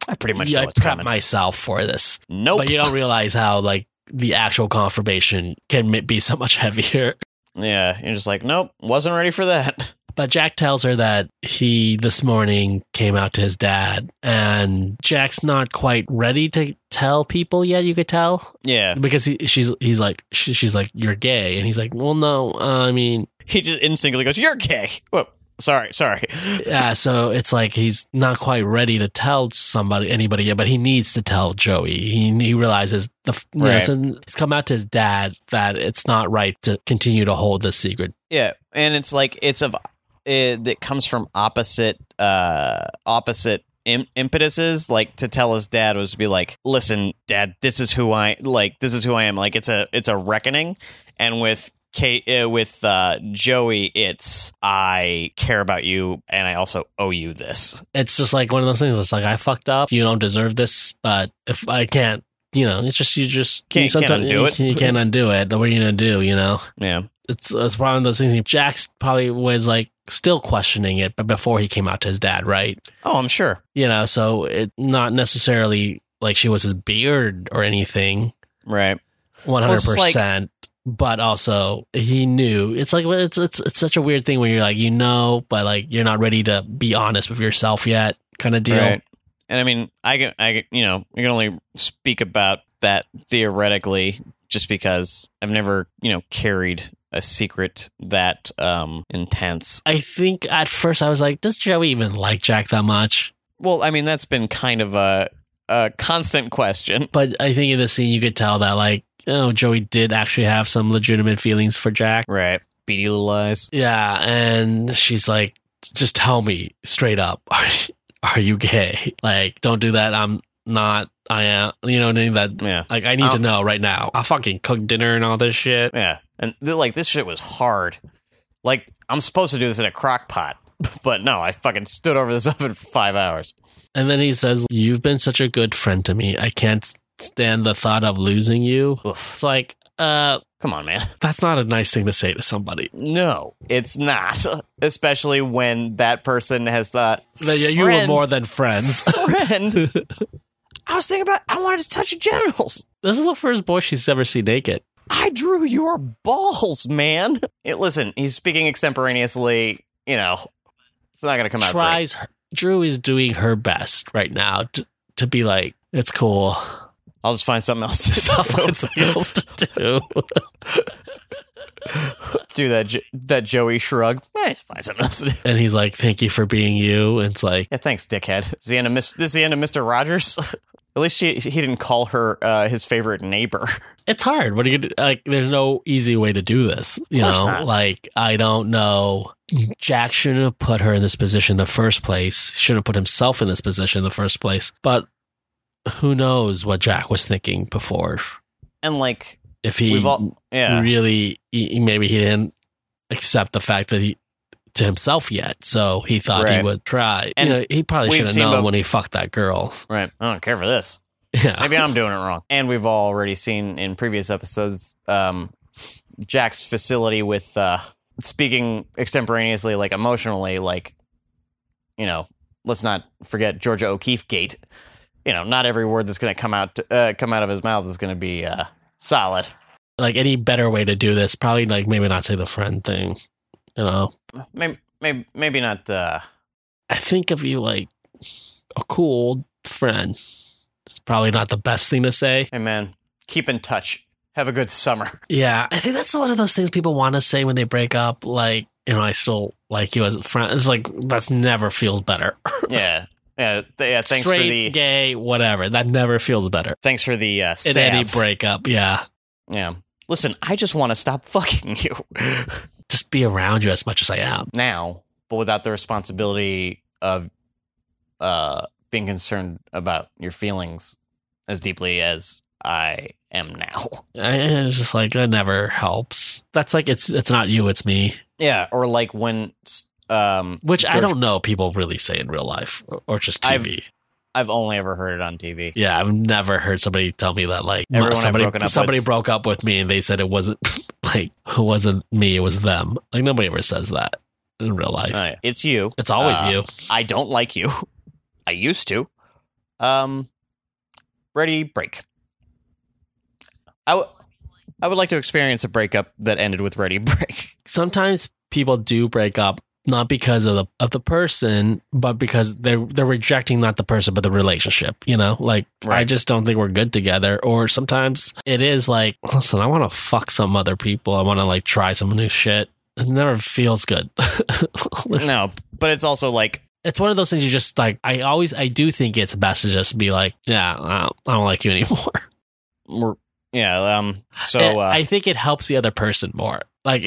B: I pretty much
A: yeah,
B: know
A: I
B: what's
A: prep
B: coming.
A: myself for this.
B: nope.
A: but you don't realize how like the actual confirmation can m- be so much heavier.
B: yeah, you're just like, nope, wasn't ready for that.
A: But Jack tells her that he this morning came out to his dad, and Jack's not quite ready to tell people yet. You could tell
B: Yeah.
A: because he, she's he's like she, she's like you're gay, and he's like, well, no, I mean,
B: He just instinctively goes, You're gay. Whoa. Sorry, sorry.
A: yeah. So it's like he's not quite ready to tell somebody anybody yet, but he needs to tell Joey. He he realizes the f- you know,
B: Right.
A: so it's come out to his dad that it's not right to continue to hold this secret.
B: Yeah, and it's like it's of it that comes from opposite uh opposite Im- impetuses. Like to tell his dad was to be like, "Listen, dad, this is who I like. This is who I am. Like it's a it's a reckoning." And with Kate uh, with uh, Joey, it's I care about you, and I also owe you this.
A: It's just like one of those things. It's like I fucked up. You don't deserve this, but if I can't. You know, it's just you just
B: Can't-
A: you
B: can't
A: sometime-
B: undo it.
A: You can't undo it. What are you gonna do? You know,
B: Yeah,
A: it's it's one of those things. Jack's probably was like still questioning it, but before he came out to his dad, right?
B: oh, I'm sure.
A: You know, so it not necessarily like she was his beard or anything,
B: Right.
A: one
B: Well,
A: hundred
B: it's just like-
A: percent. But also, he knew. It's like well, it's it's it's such a weird thing when you're like you know, but like you're not ready to be honest with yourself yet, kind of deal.
B: Right. And I mean, I can, I can- you know, we can only speak about that theoretically, just because I've never, you know, carried a secret that um intense.
A: I think at first I was like, does Joey even like Jack that much?
B: Well, I mean, that's been kind of a a constant question.
A: But I think in the scene you could tell that like, oh, Joey did actually have some legitimate feelings for Jack.
B: Right. Beady little eyes.
A: Yeah, and she's like, "Just tell me straight up, are are you gay? Like, don't do that. I'm not. I am. You know, what I mean? that
B: Yeah.
A: like I need to
B: Um,
A: know right now. I fucking cook dinner and all this shit.
B: Yeah. And they're like, this shit was hard. Like, I'm supposed to do this in a crock pot, but no, I fucking stood over this oven for five hours.
A: And then he says, "You've been such a good friend to me. I can't stand the thought of losing you."
B: Oof.
A: It's like, uh,
B: Come on, man.
A: that's not a nice thing to say to somebody.
B: No, it's not. Especially when that person has thought
A: That you- you were
B: "Friend,
A: more than friends.
B: friend. I was thinking about I wanted to touch your genitals.
A: this is the first boy she's ever seen naked.
B: I drew your balls, man. It, listen, he's speaking extemporaneously. You know, it's not gonna come out. great.
A: Tries her, Drew is doing her best right now to, to be like, it's cool.
B: I'll just find something else
A: It's not
B: to
A: something else to do.
B: do. do that. Jo- That Joey shrug. Eh, find something else to do.
A: And he's like, "Thank you for being you." And it's like,
B: Yeah, thanks, dickhead. Is the end of Mis- this is the end of Mister Rogers? At least she, he didn't call her uh, his favorite neighbor.
A: it's hard. What are you gonna do? like? There's no easy way to do this. You
B: Of course
A: know,
B: not.
A: like I don't know. Jack shouldn't have put her in this position in the first place. Shouldn't have put himself in this position in the first place. But who knows what Jack was thinking before?
B: And like
A: If he
B: we've all, yeah.
A: really he- maybe he didn't accept the fact that he to himself yet so he thought he
B: Right.
A: would try
B: And
A: you know he probably
B: we've
A: should have
B: seen
A: known
B: both-
A: when he fucked that girl
B: Right. I don't care for this.
A: yeah
B: Maybe I'm doing it wrong. And we've already seen in previous episodes um, Jack's facility with uh, speaking extemporaneously, like emotionally, like, you know, let's not forget Georgia O'Keefe Gate. You know, not every word that's going to come out uh, come out of his mouth is going to be uh, solid.
A: like any better way to do this probably like maybe not say the friend thing you know
B: Maybe, maybe, maybe not. Uh,
A: i think of you like a cool friend it's probably not the best thing to say
B: hey, man, keep in touch. Have a good summer.
A: Yeah, I think that's one of those things people want to say when they break up. Like, you know, I still like you as a friend. It's like that's never feels better.
B: yeah, yeah, th- yeah. Thanks
A: Straight,
B: for the
A: gay, whatever. That never feels better
B: thanks for the uh,
A: in any
B: salve.
A: breakup. Yeah,
B: Yeah. Listen, I just want to stop fucking you
A: just be around you as much as I am.
B: now, but without the responsibility of uh being concerned about your feelings as deeply as I am now.
A: I, it's just like that never helps. That's like it's it's not you, it's me.
B: Yeah, or like when um
A: Which I
B: George-
A: don't know people really say in real life or, or just
B: I've-
A: TV.
B: I've only ever heard it on TV.
A: yeah, I've never heard somebody tell me that like
B: Everyone I've
A: somebody
B: broken up
A: somebody
B: with-
A: broke up with me and they said it wasn't like it wasn't me, it was them. Like nobody ever says that in real life.
B: Oh, yeah. It's you.
A: It's always
B: Uh,
A: you.
B: I don't like you. I used to. Um, ready break. I w- I would like to experience a breakup that ended with ready break.
A: Sometimes people do break up not because of the of the person, but because they they're rejecting not the person but the relationship. You know, like I
B: Right.
A: just don't think we're good together. Or sometimes it is like, listen, I want to fuck some other people. I want to like try some new shit. It never feels good.
D: No,
B: but it's also like
A: it's one of those things you just like. I always I do think it's best to just be like, yeah, I don't, I don't like you anymore.
D: we're,
B: yeah, um so
A: And
B: uh,
A: I think it helps the other person more. Like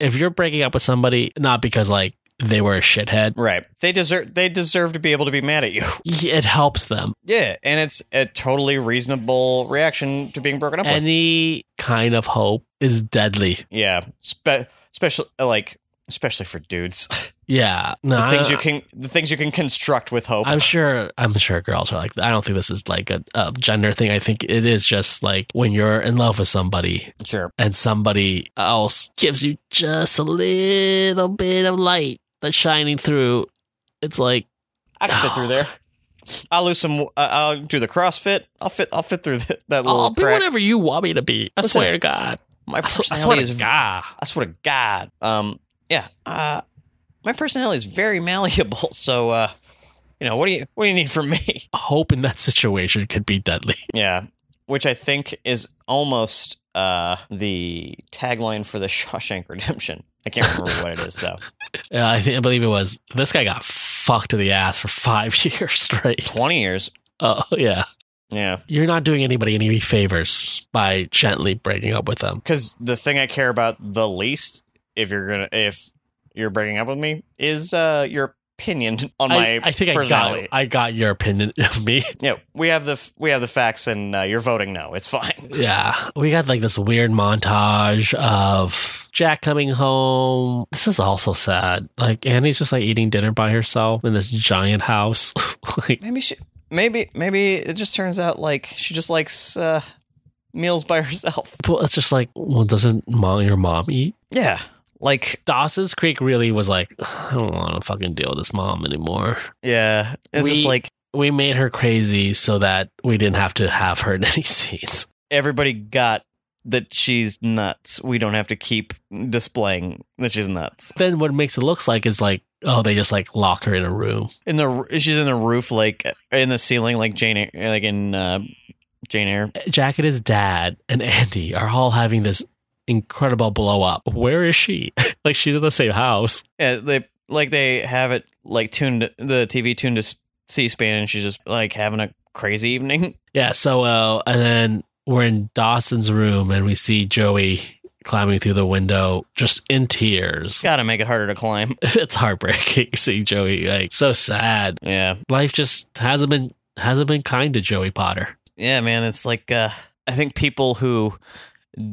A: if you're breaking up with somebody, not because like they were a shithead,
B: right. They deserve they deserve to be able to be mad at you.
A: it helps them.
B: yeah, and it's a totally reasonable reaction to being broken up with.
A: Any kind of hope is deadly.
B: Yeah, spe- especially like especially for dudes.
A: Yeah, no,
B: the
A: I-
B: things you can the things you can construct with hope.
A: I'm sure. I'm sure girls are like. that. I don't think this is like a, a gender thing. I think it is just like when you're in love with somebody
B: sure.
A: and somebody else gives you just a little bit of light that's shining through. It's like
B: I can fit
A: Ah.
B: through there. I'll lose some. Uh, I'll do the CrossFit. I'll fit. I'll fit through that, that little
A: I'll be
B: crack.
A: whatever you want me to be. I
B: Listen,
A: swear to God.
B: My
A: I, sw- I
B: personality
A: swear
B: is.
A: to God.
B: I swear to God. Um. Yeah. Uh. My personality is very malleable. So. Uh. You know what do you what do you need from me?
A: Hope in that situation could be deadly.
B: Yeah. Which I think is almost uh the tagline for the Shawshank Redemption. I can't remember what it is though.
A: Yeah, I, think, I believe it was. This guy got fucked to the ass for five years straight.
B: Twenty years.
A: Oh yeah.
B: Yeah.
A: you're not doing anybody any favors by gently breaking up with them.
B: because the thing I care about the least, if you're gonna, if you're breaking up with me, is uh your opinion on
A: I,
B: my
A: I think I got
B: personality.
A: I got your opinion of me.
B: yeah, we have the f- we have the facts, and uh, you're voting no. It's fine.
A: Yeah, we got like this weird montage of Jack coming home. This is also sad. Like Annie's just like eating dinner by herself in this giant house. like
B: Maybe she, maybe maybe it just turns out like she just likes uh meals by herself.
A: well, it's just like well, doesn't mom your mom eat?
B: Yeah, like
A: Dawson's Creek really was like I don't want to fucking deal with this mom anymore.
B: yeah, it's just
A: We-
B: like
A: We made her crazy so that we didn't have to have her in any scenes.
B: everybody got that she's nuts. We don't have to keep displaying that she's nuts.
A: then what it makes it looks like is like oh they just like lock her in a room
B: in the she's in the roof like in the ceiling like Jane Eyre- like in uh, Jane Eyre.
A: jack and his dad and andy are all having this incredible blow up where is she like she's in the same house
B: Yeah, they like they have it like tuned the TV tuned to C SPAN and she's just like having a crazy evening.
A: yeah so uh, and then we're in dawson's room and we see joey climbing through the window just in tears
B: Got to make it harder to climb.
A: it's heartbreaking seeing joey like so sad
B: Yeah,
A: life just hasn't been hasn't been kind to joey potter
B: yeah, man. It's like uh, I think people who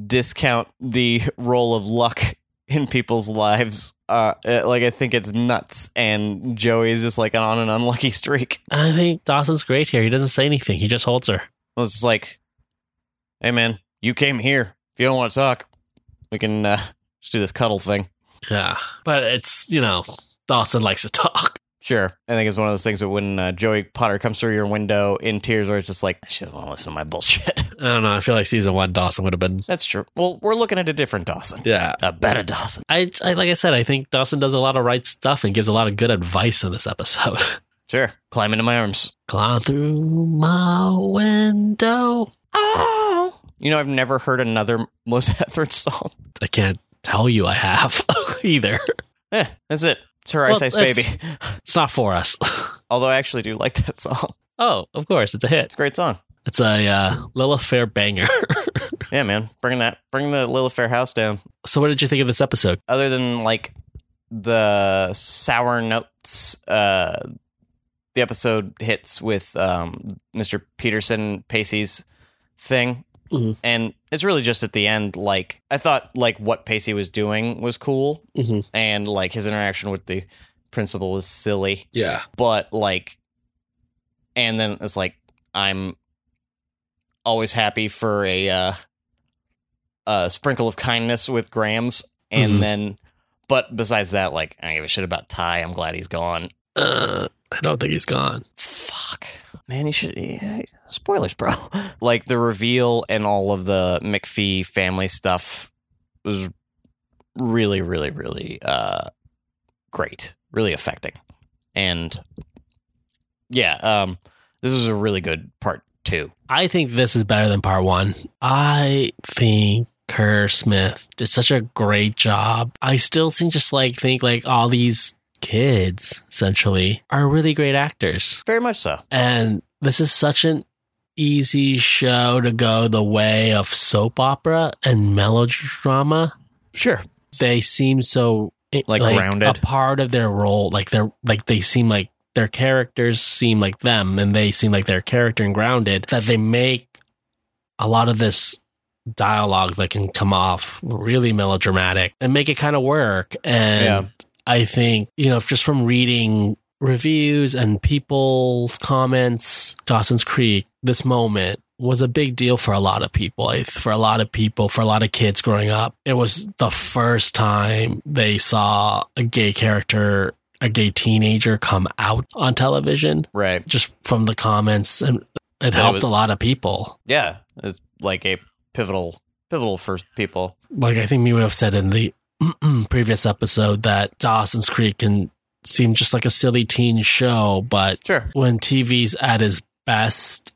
B: discount the role of luck in people's lives. Uh, uh, like I think it's nuts, and Joey is just like on an unlucky streak.
A: i think dawson's great here he doesn't say anything he just holds her
B: Well, it's just like, hey, man, you came here. If you don't want to talk, we can uh, just do this cuddle thing.
A: Yeah. But it's, you know, Dawson likes to talk.
B: Sure. I think it's one of those things that when uh, Joey Potter comes through your window in tears, where it's just like, she doesn't want to listen to my bullshit.
A: I don't know. I feel like season one Dawson would have been.
B: That's true. Well, we're looking at a different Dawson,
A: Yeah.
B: a better Dawson.
A: I, I like I said, I think Dawson does a lot of right stuff and gives a lot of good advice in this episode.
B: Sure. Climb into my arms.
A: Climb through my window.
B: Oh. You know, I've never heard another Melissa Etheridge song.
A: I can't tell you I have either.
B: Yeah, Eh, that's it. It's her
A: Well,
B: Ice Ice Baby.
A: that's- It's not for us.
B: Although I actually do like that song.
A: oh, of course, it's a hit.
B: It's a great song.
A: It's a uh, Lilla Fair banger.
B: Yeah, man. Bring that. Bring the Lilith Fair house down.
A: so, what did you think of this episode?
B: other than like the sour notes uh the episode hits with um Mr. Peterson Pacey's thing.
A: Mhm.
B: And it's really just at the end like I thought like what Pacey was doing was cool
A: Mhm.
B: and like his interaction with the principal was silly,
A: Yeah.
B: but like and then it's like I'm always happy for a uh a sprinkle of kindness with Grams and
A: Mhm.
B: then but besides that, like I don't give a shit about Ty. I'm glad he's gone.
A: Uh, I don't think he's gone.
B: Fuck. Man, you should yeah, spoilers, bro. Like the reveal and all of the McPhee family stuff was really, really, really uh great, really affecting. And yeah, um, this is a really good part two.
A: I think this is better than part one. I think Kerr Smith did such a great job. I still think just like think like all these kids essentially are really great actors.
B: Very much so.
A: And this is such an easy show to go the way of soap opera and melodrama.
B: Sure.
A: They seem so eh,
D: Like grounded.
A: a part of their role. Like they're like they seem like their characters seem like them, and they seem like their character and grounded. That they make a lot of this dialogue that can come off really melodramatic and make it kind of work. And
B: Yeah.
A: I think you know just from reading reviews and people's comments, Dawson's Creek, this moment was a big deal for a lot of people. I- For a lot of people, for a lot of kids growing up, it was the first time they saw a gay character, a gay teenager come out on television.
B: Right.
A: Just from the comments, and it
B: That
A: helped
B: was-
A: a lot of people.
B: Yeah. It's like a pivotal pivotal for people.
A: like I think we would have said in the previous episode that Dawson's Creek can seem just like a silly teen show, but
B: Sure.
A: when TV's at its best,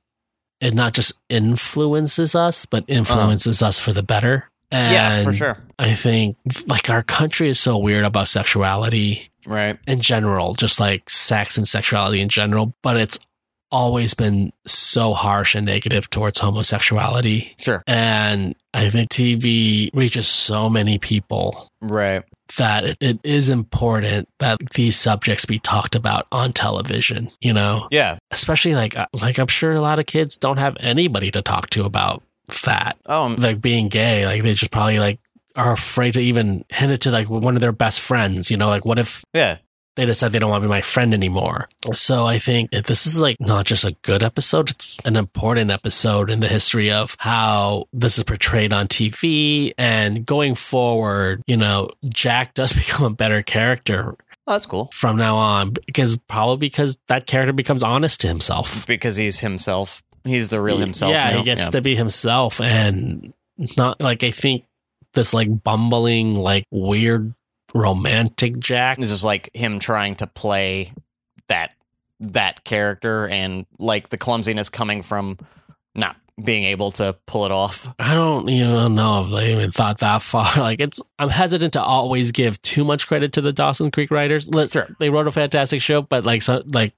A: it not just influences us, but influences us for the better. And
B: Uh-huh. yeah, for sure.
A: I think like our country is so weird about sexuality
B: Right.
A: in general, just like sex and sexuality in general, but it's always been so harsh and negative towards homosexuality.
B: Sure.
A: And I think TV reaches so many people
B: Right.
A: that it, it is important that these subjects be talked about on television, you know?
B: Yeah.
A: Especially like uh, like I'm sure a lot of kids don't have anybody to talk to about that.
B: Oh,
A: Like being gay, like they just probably like are afraid to even hint it to like one of their best friends, you know, like what if
B: yeah.
A: they decide they don't want to be my friend anymore. So I think if this is like not just a good episode, it's an important episode in the history of how this is portrayed on TV. And going forward, you know, Jack does become a better character
B: Oh, that's cool.
A: from now on because probably because that character becomes honest to himself.
B: Because he's himself. He's the real himself.
A: Yeah,
B: now.
A: he gets to be himself and not like I think this like bumbling, like weird romantic Jack
B: It's just like him trying to play that that character and like the clumsiness coming from not being able to pull it off.
A: I don't even know if they even thought that far. Like it's, I'm hesitant to always give too much credit to the Dawson Creek writers. Let-
B: Sure.
A: They wrote a fantastic show, but like, so, like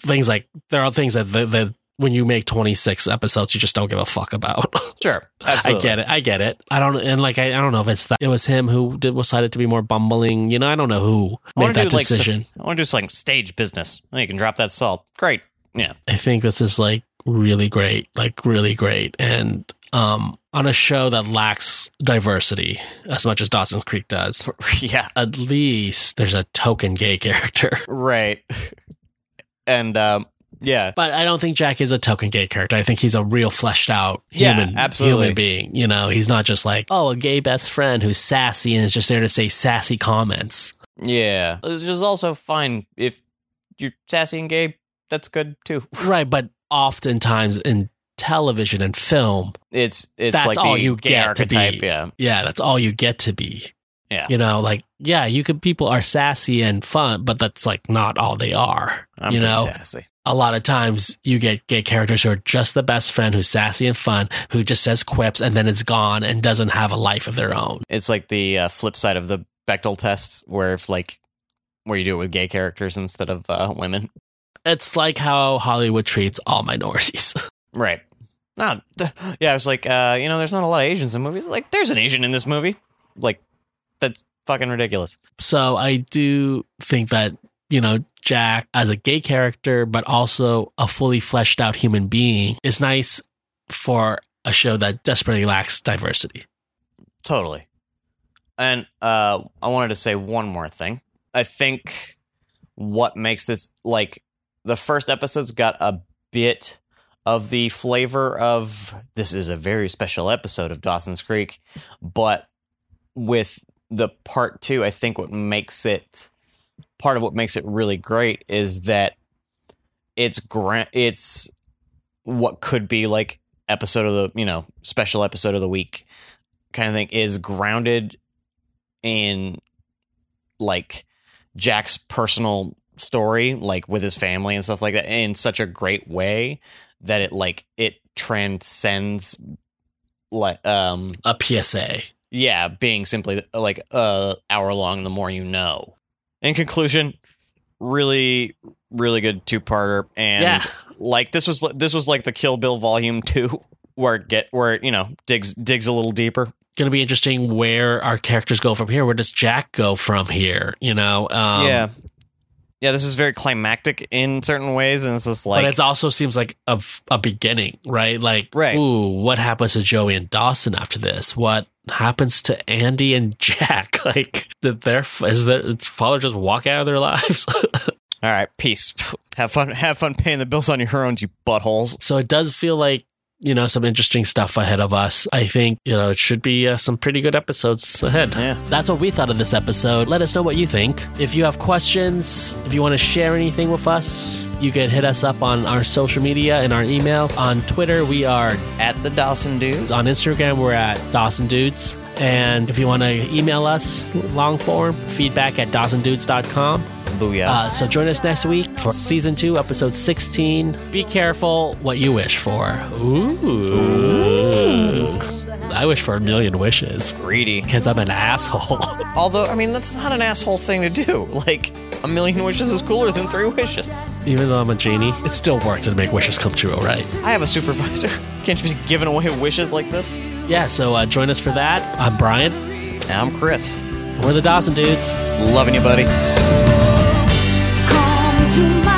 A: things like there are things that that that when you make 26 episodes, you just don't give a fuck about.
B: Sure.
A: I get it. I get it. I don't, and like I, I don't know if it's that it was him who did, decided to be more bumbling. You know, I don't know who
B: I wanna
A: made that
B: do, like,
A: decision.
B: I want to do some stage business. Oh, you can drop that salt. Great.
A: I think this is like really great, like really great, and um, on a show that lacks diversity as much as Dawson's Creek does.
B: yeah.
A: At least there's a token gay character,
B: Right. And um yeah.
A: but I don't think Jack is a token gay character. I think he's a real fleshed out
B: Yeah,
A: human,
B: absolutely.
A: human being. You know, he's not just like oh a gay best friend who's sassy and is just there to say sassy comments.
B: Yeah. It's just also fine if you're sassy and gay, that's good too.
A: right, but oftentimes in television and film,
B: It's it's
A: That's
B: like
A: all
B: the
A: you
B: gay
A: get to be.
B: archetype, yeah.
A: yeah, that's all you get to be.
B: Yeah.
A: You know, like, yeah, you could, people are sassy and fun, but that's like not all they are.
B: I'm
A: you
B: pretty
A: know,
B: sassy.
A: a lot of times you get gay characters who are just the best friend who's sassy and fun, who just says quips and then it's gone and doesn't have a life of their own.
B: It's like the uh, flip side of the Bechtel test where if like where you do it with gay characters instead of uh, women.
A: It's like how Hollywood treats all minorities.
B: Right. No, th- yeah, I was like, uh, you know, there's not a lot of Asians in movies. Like, there's an Asian in this movie. Like, that's fucking ridiculous.
A: So I do think that, you know, Jack as a gay character, but also a fully fleshed out human being is nice for a show that desperately lacks diversity.
B: Totally. And uh, I wanted to say one more thing. I think what makes this like the first episode's got a bit of the flavor of this is a very special episode of Dawson's Creek, but with the part two, I think what makes it part of what makes it really great is that it's grant it's what could be like episode of the you know special episode of the week kind of thing is grounded in like Jack's personal story, like with his family and stuff like that, in such a great way that it like it transcends like um
A: a PSA.
B: yeah, being simply like a hour long the more you know.
D: In conclusion, really, really good two parter, and
A: yeah,
D: like this was this was like the Kill Bill Volume Two, where it get where it, you know digs digs a little deeper.
A: going to be interesting where our characters go from here. Where does Jack go from here? You know, um,
D: yeah, yeah. This is very climactic in certain ways, and it's just like
A: But it also seems like a, f- a beginning, right? Like,
D: Right.
A: ooh, what happens to Joey and Dawson after this? What happens to Andy and Jack? Like, did their f- is their did father just walk out of their lives?
D: all right, peace. Have fun. Have fun paying the bills on your own, you buttholes.
A: so it does feel like you know some interesting stuff ahead of us. I think you know it should be uh, some pretty good episodes ahead.
B: Yeah.
A: That's what we thought of this episode. Let us know what you think. If you have questions, if you want to share anything with us, you can hit us up on our social media and our email. On Twitter, we are
B: At the Dawson dudes.
A: on Instagram, we're at Dawson Dudes. And if you want to email us long form, feedback at DawsonDudes.com.
B: Booyah.
A: Uh, so join us next week for season two, episode 16. Be careful what you wish for. Ooh. I wish for a million wishes
B: greedy.
A: because I'm an asshole.
B: Although, I mean, that's not an asshole thing to do. Like, a million wishes is cooler than three wishes.
A: Even though I'm a genie, it still works to make wishes come true, right?
B: I have a supervisor. Can't you be giving away wishes like this?
A: Yeah, so uh, join us for that. I'm Brian.
B: I'm Chris.
A: We're the Dawson Dudes.
B: Loving you, buddy.
G: Come to my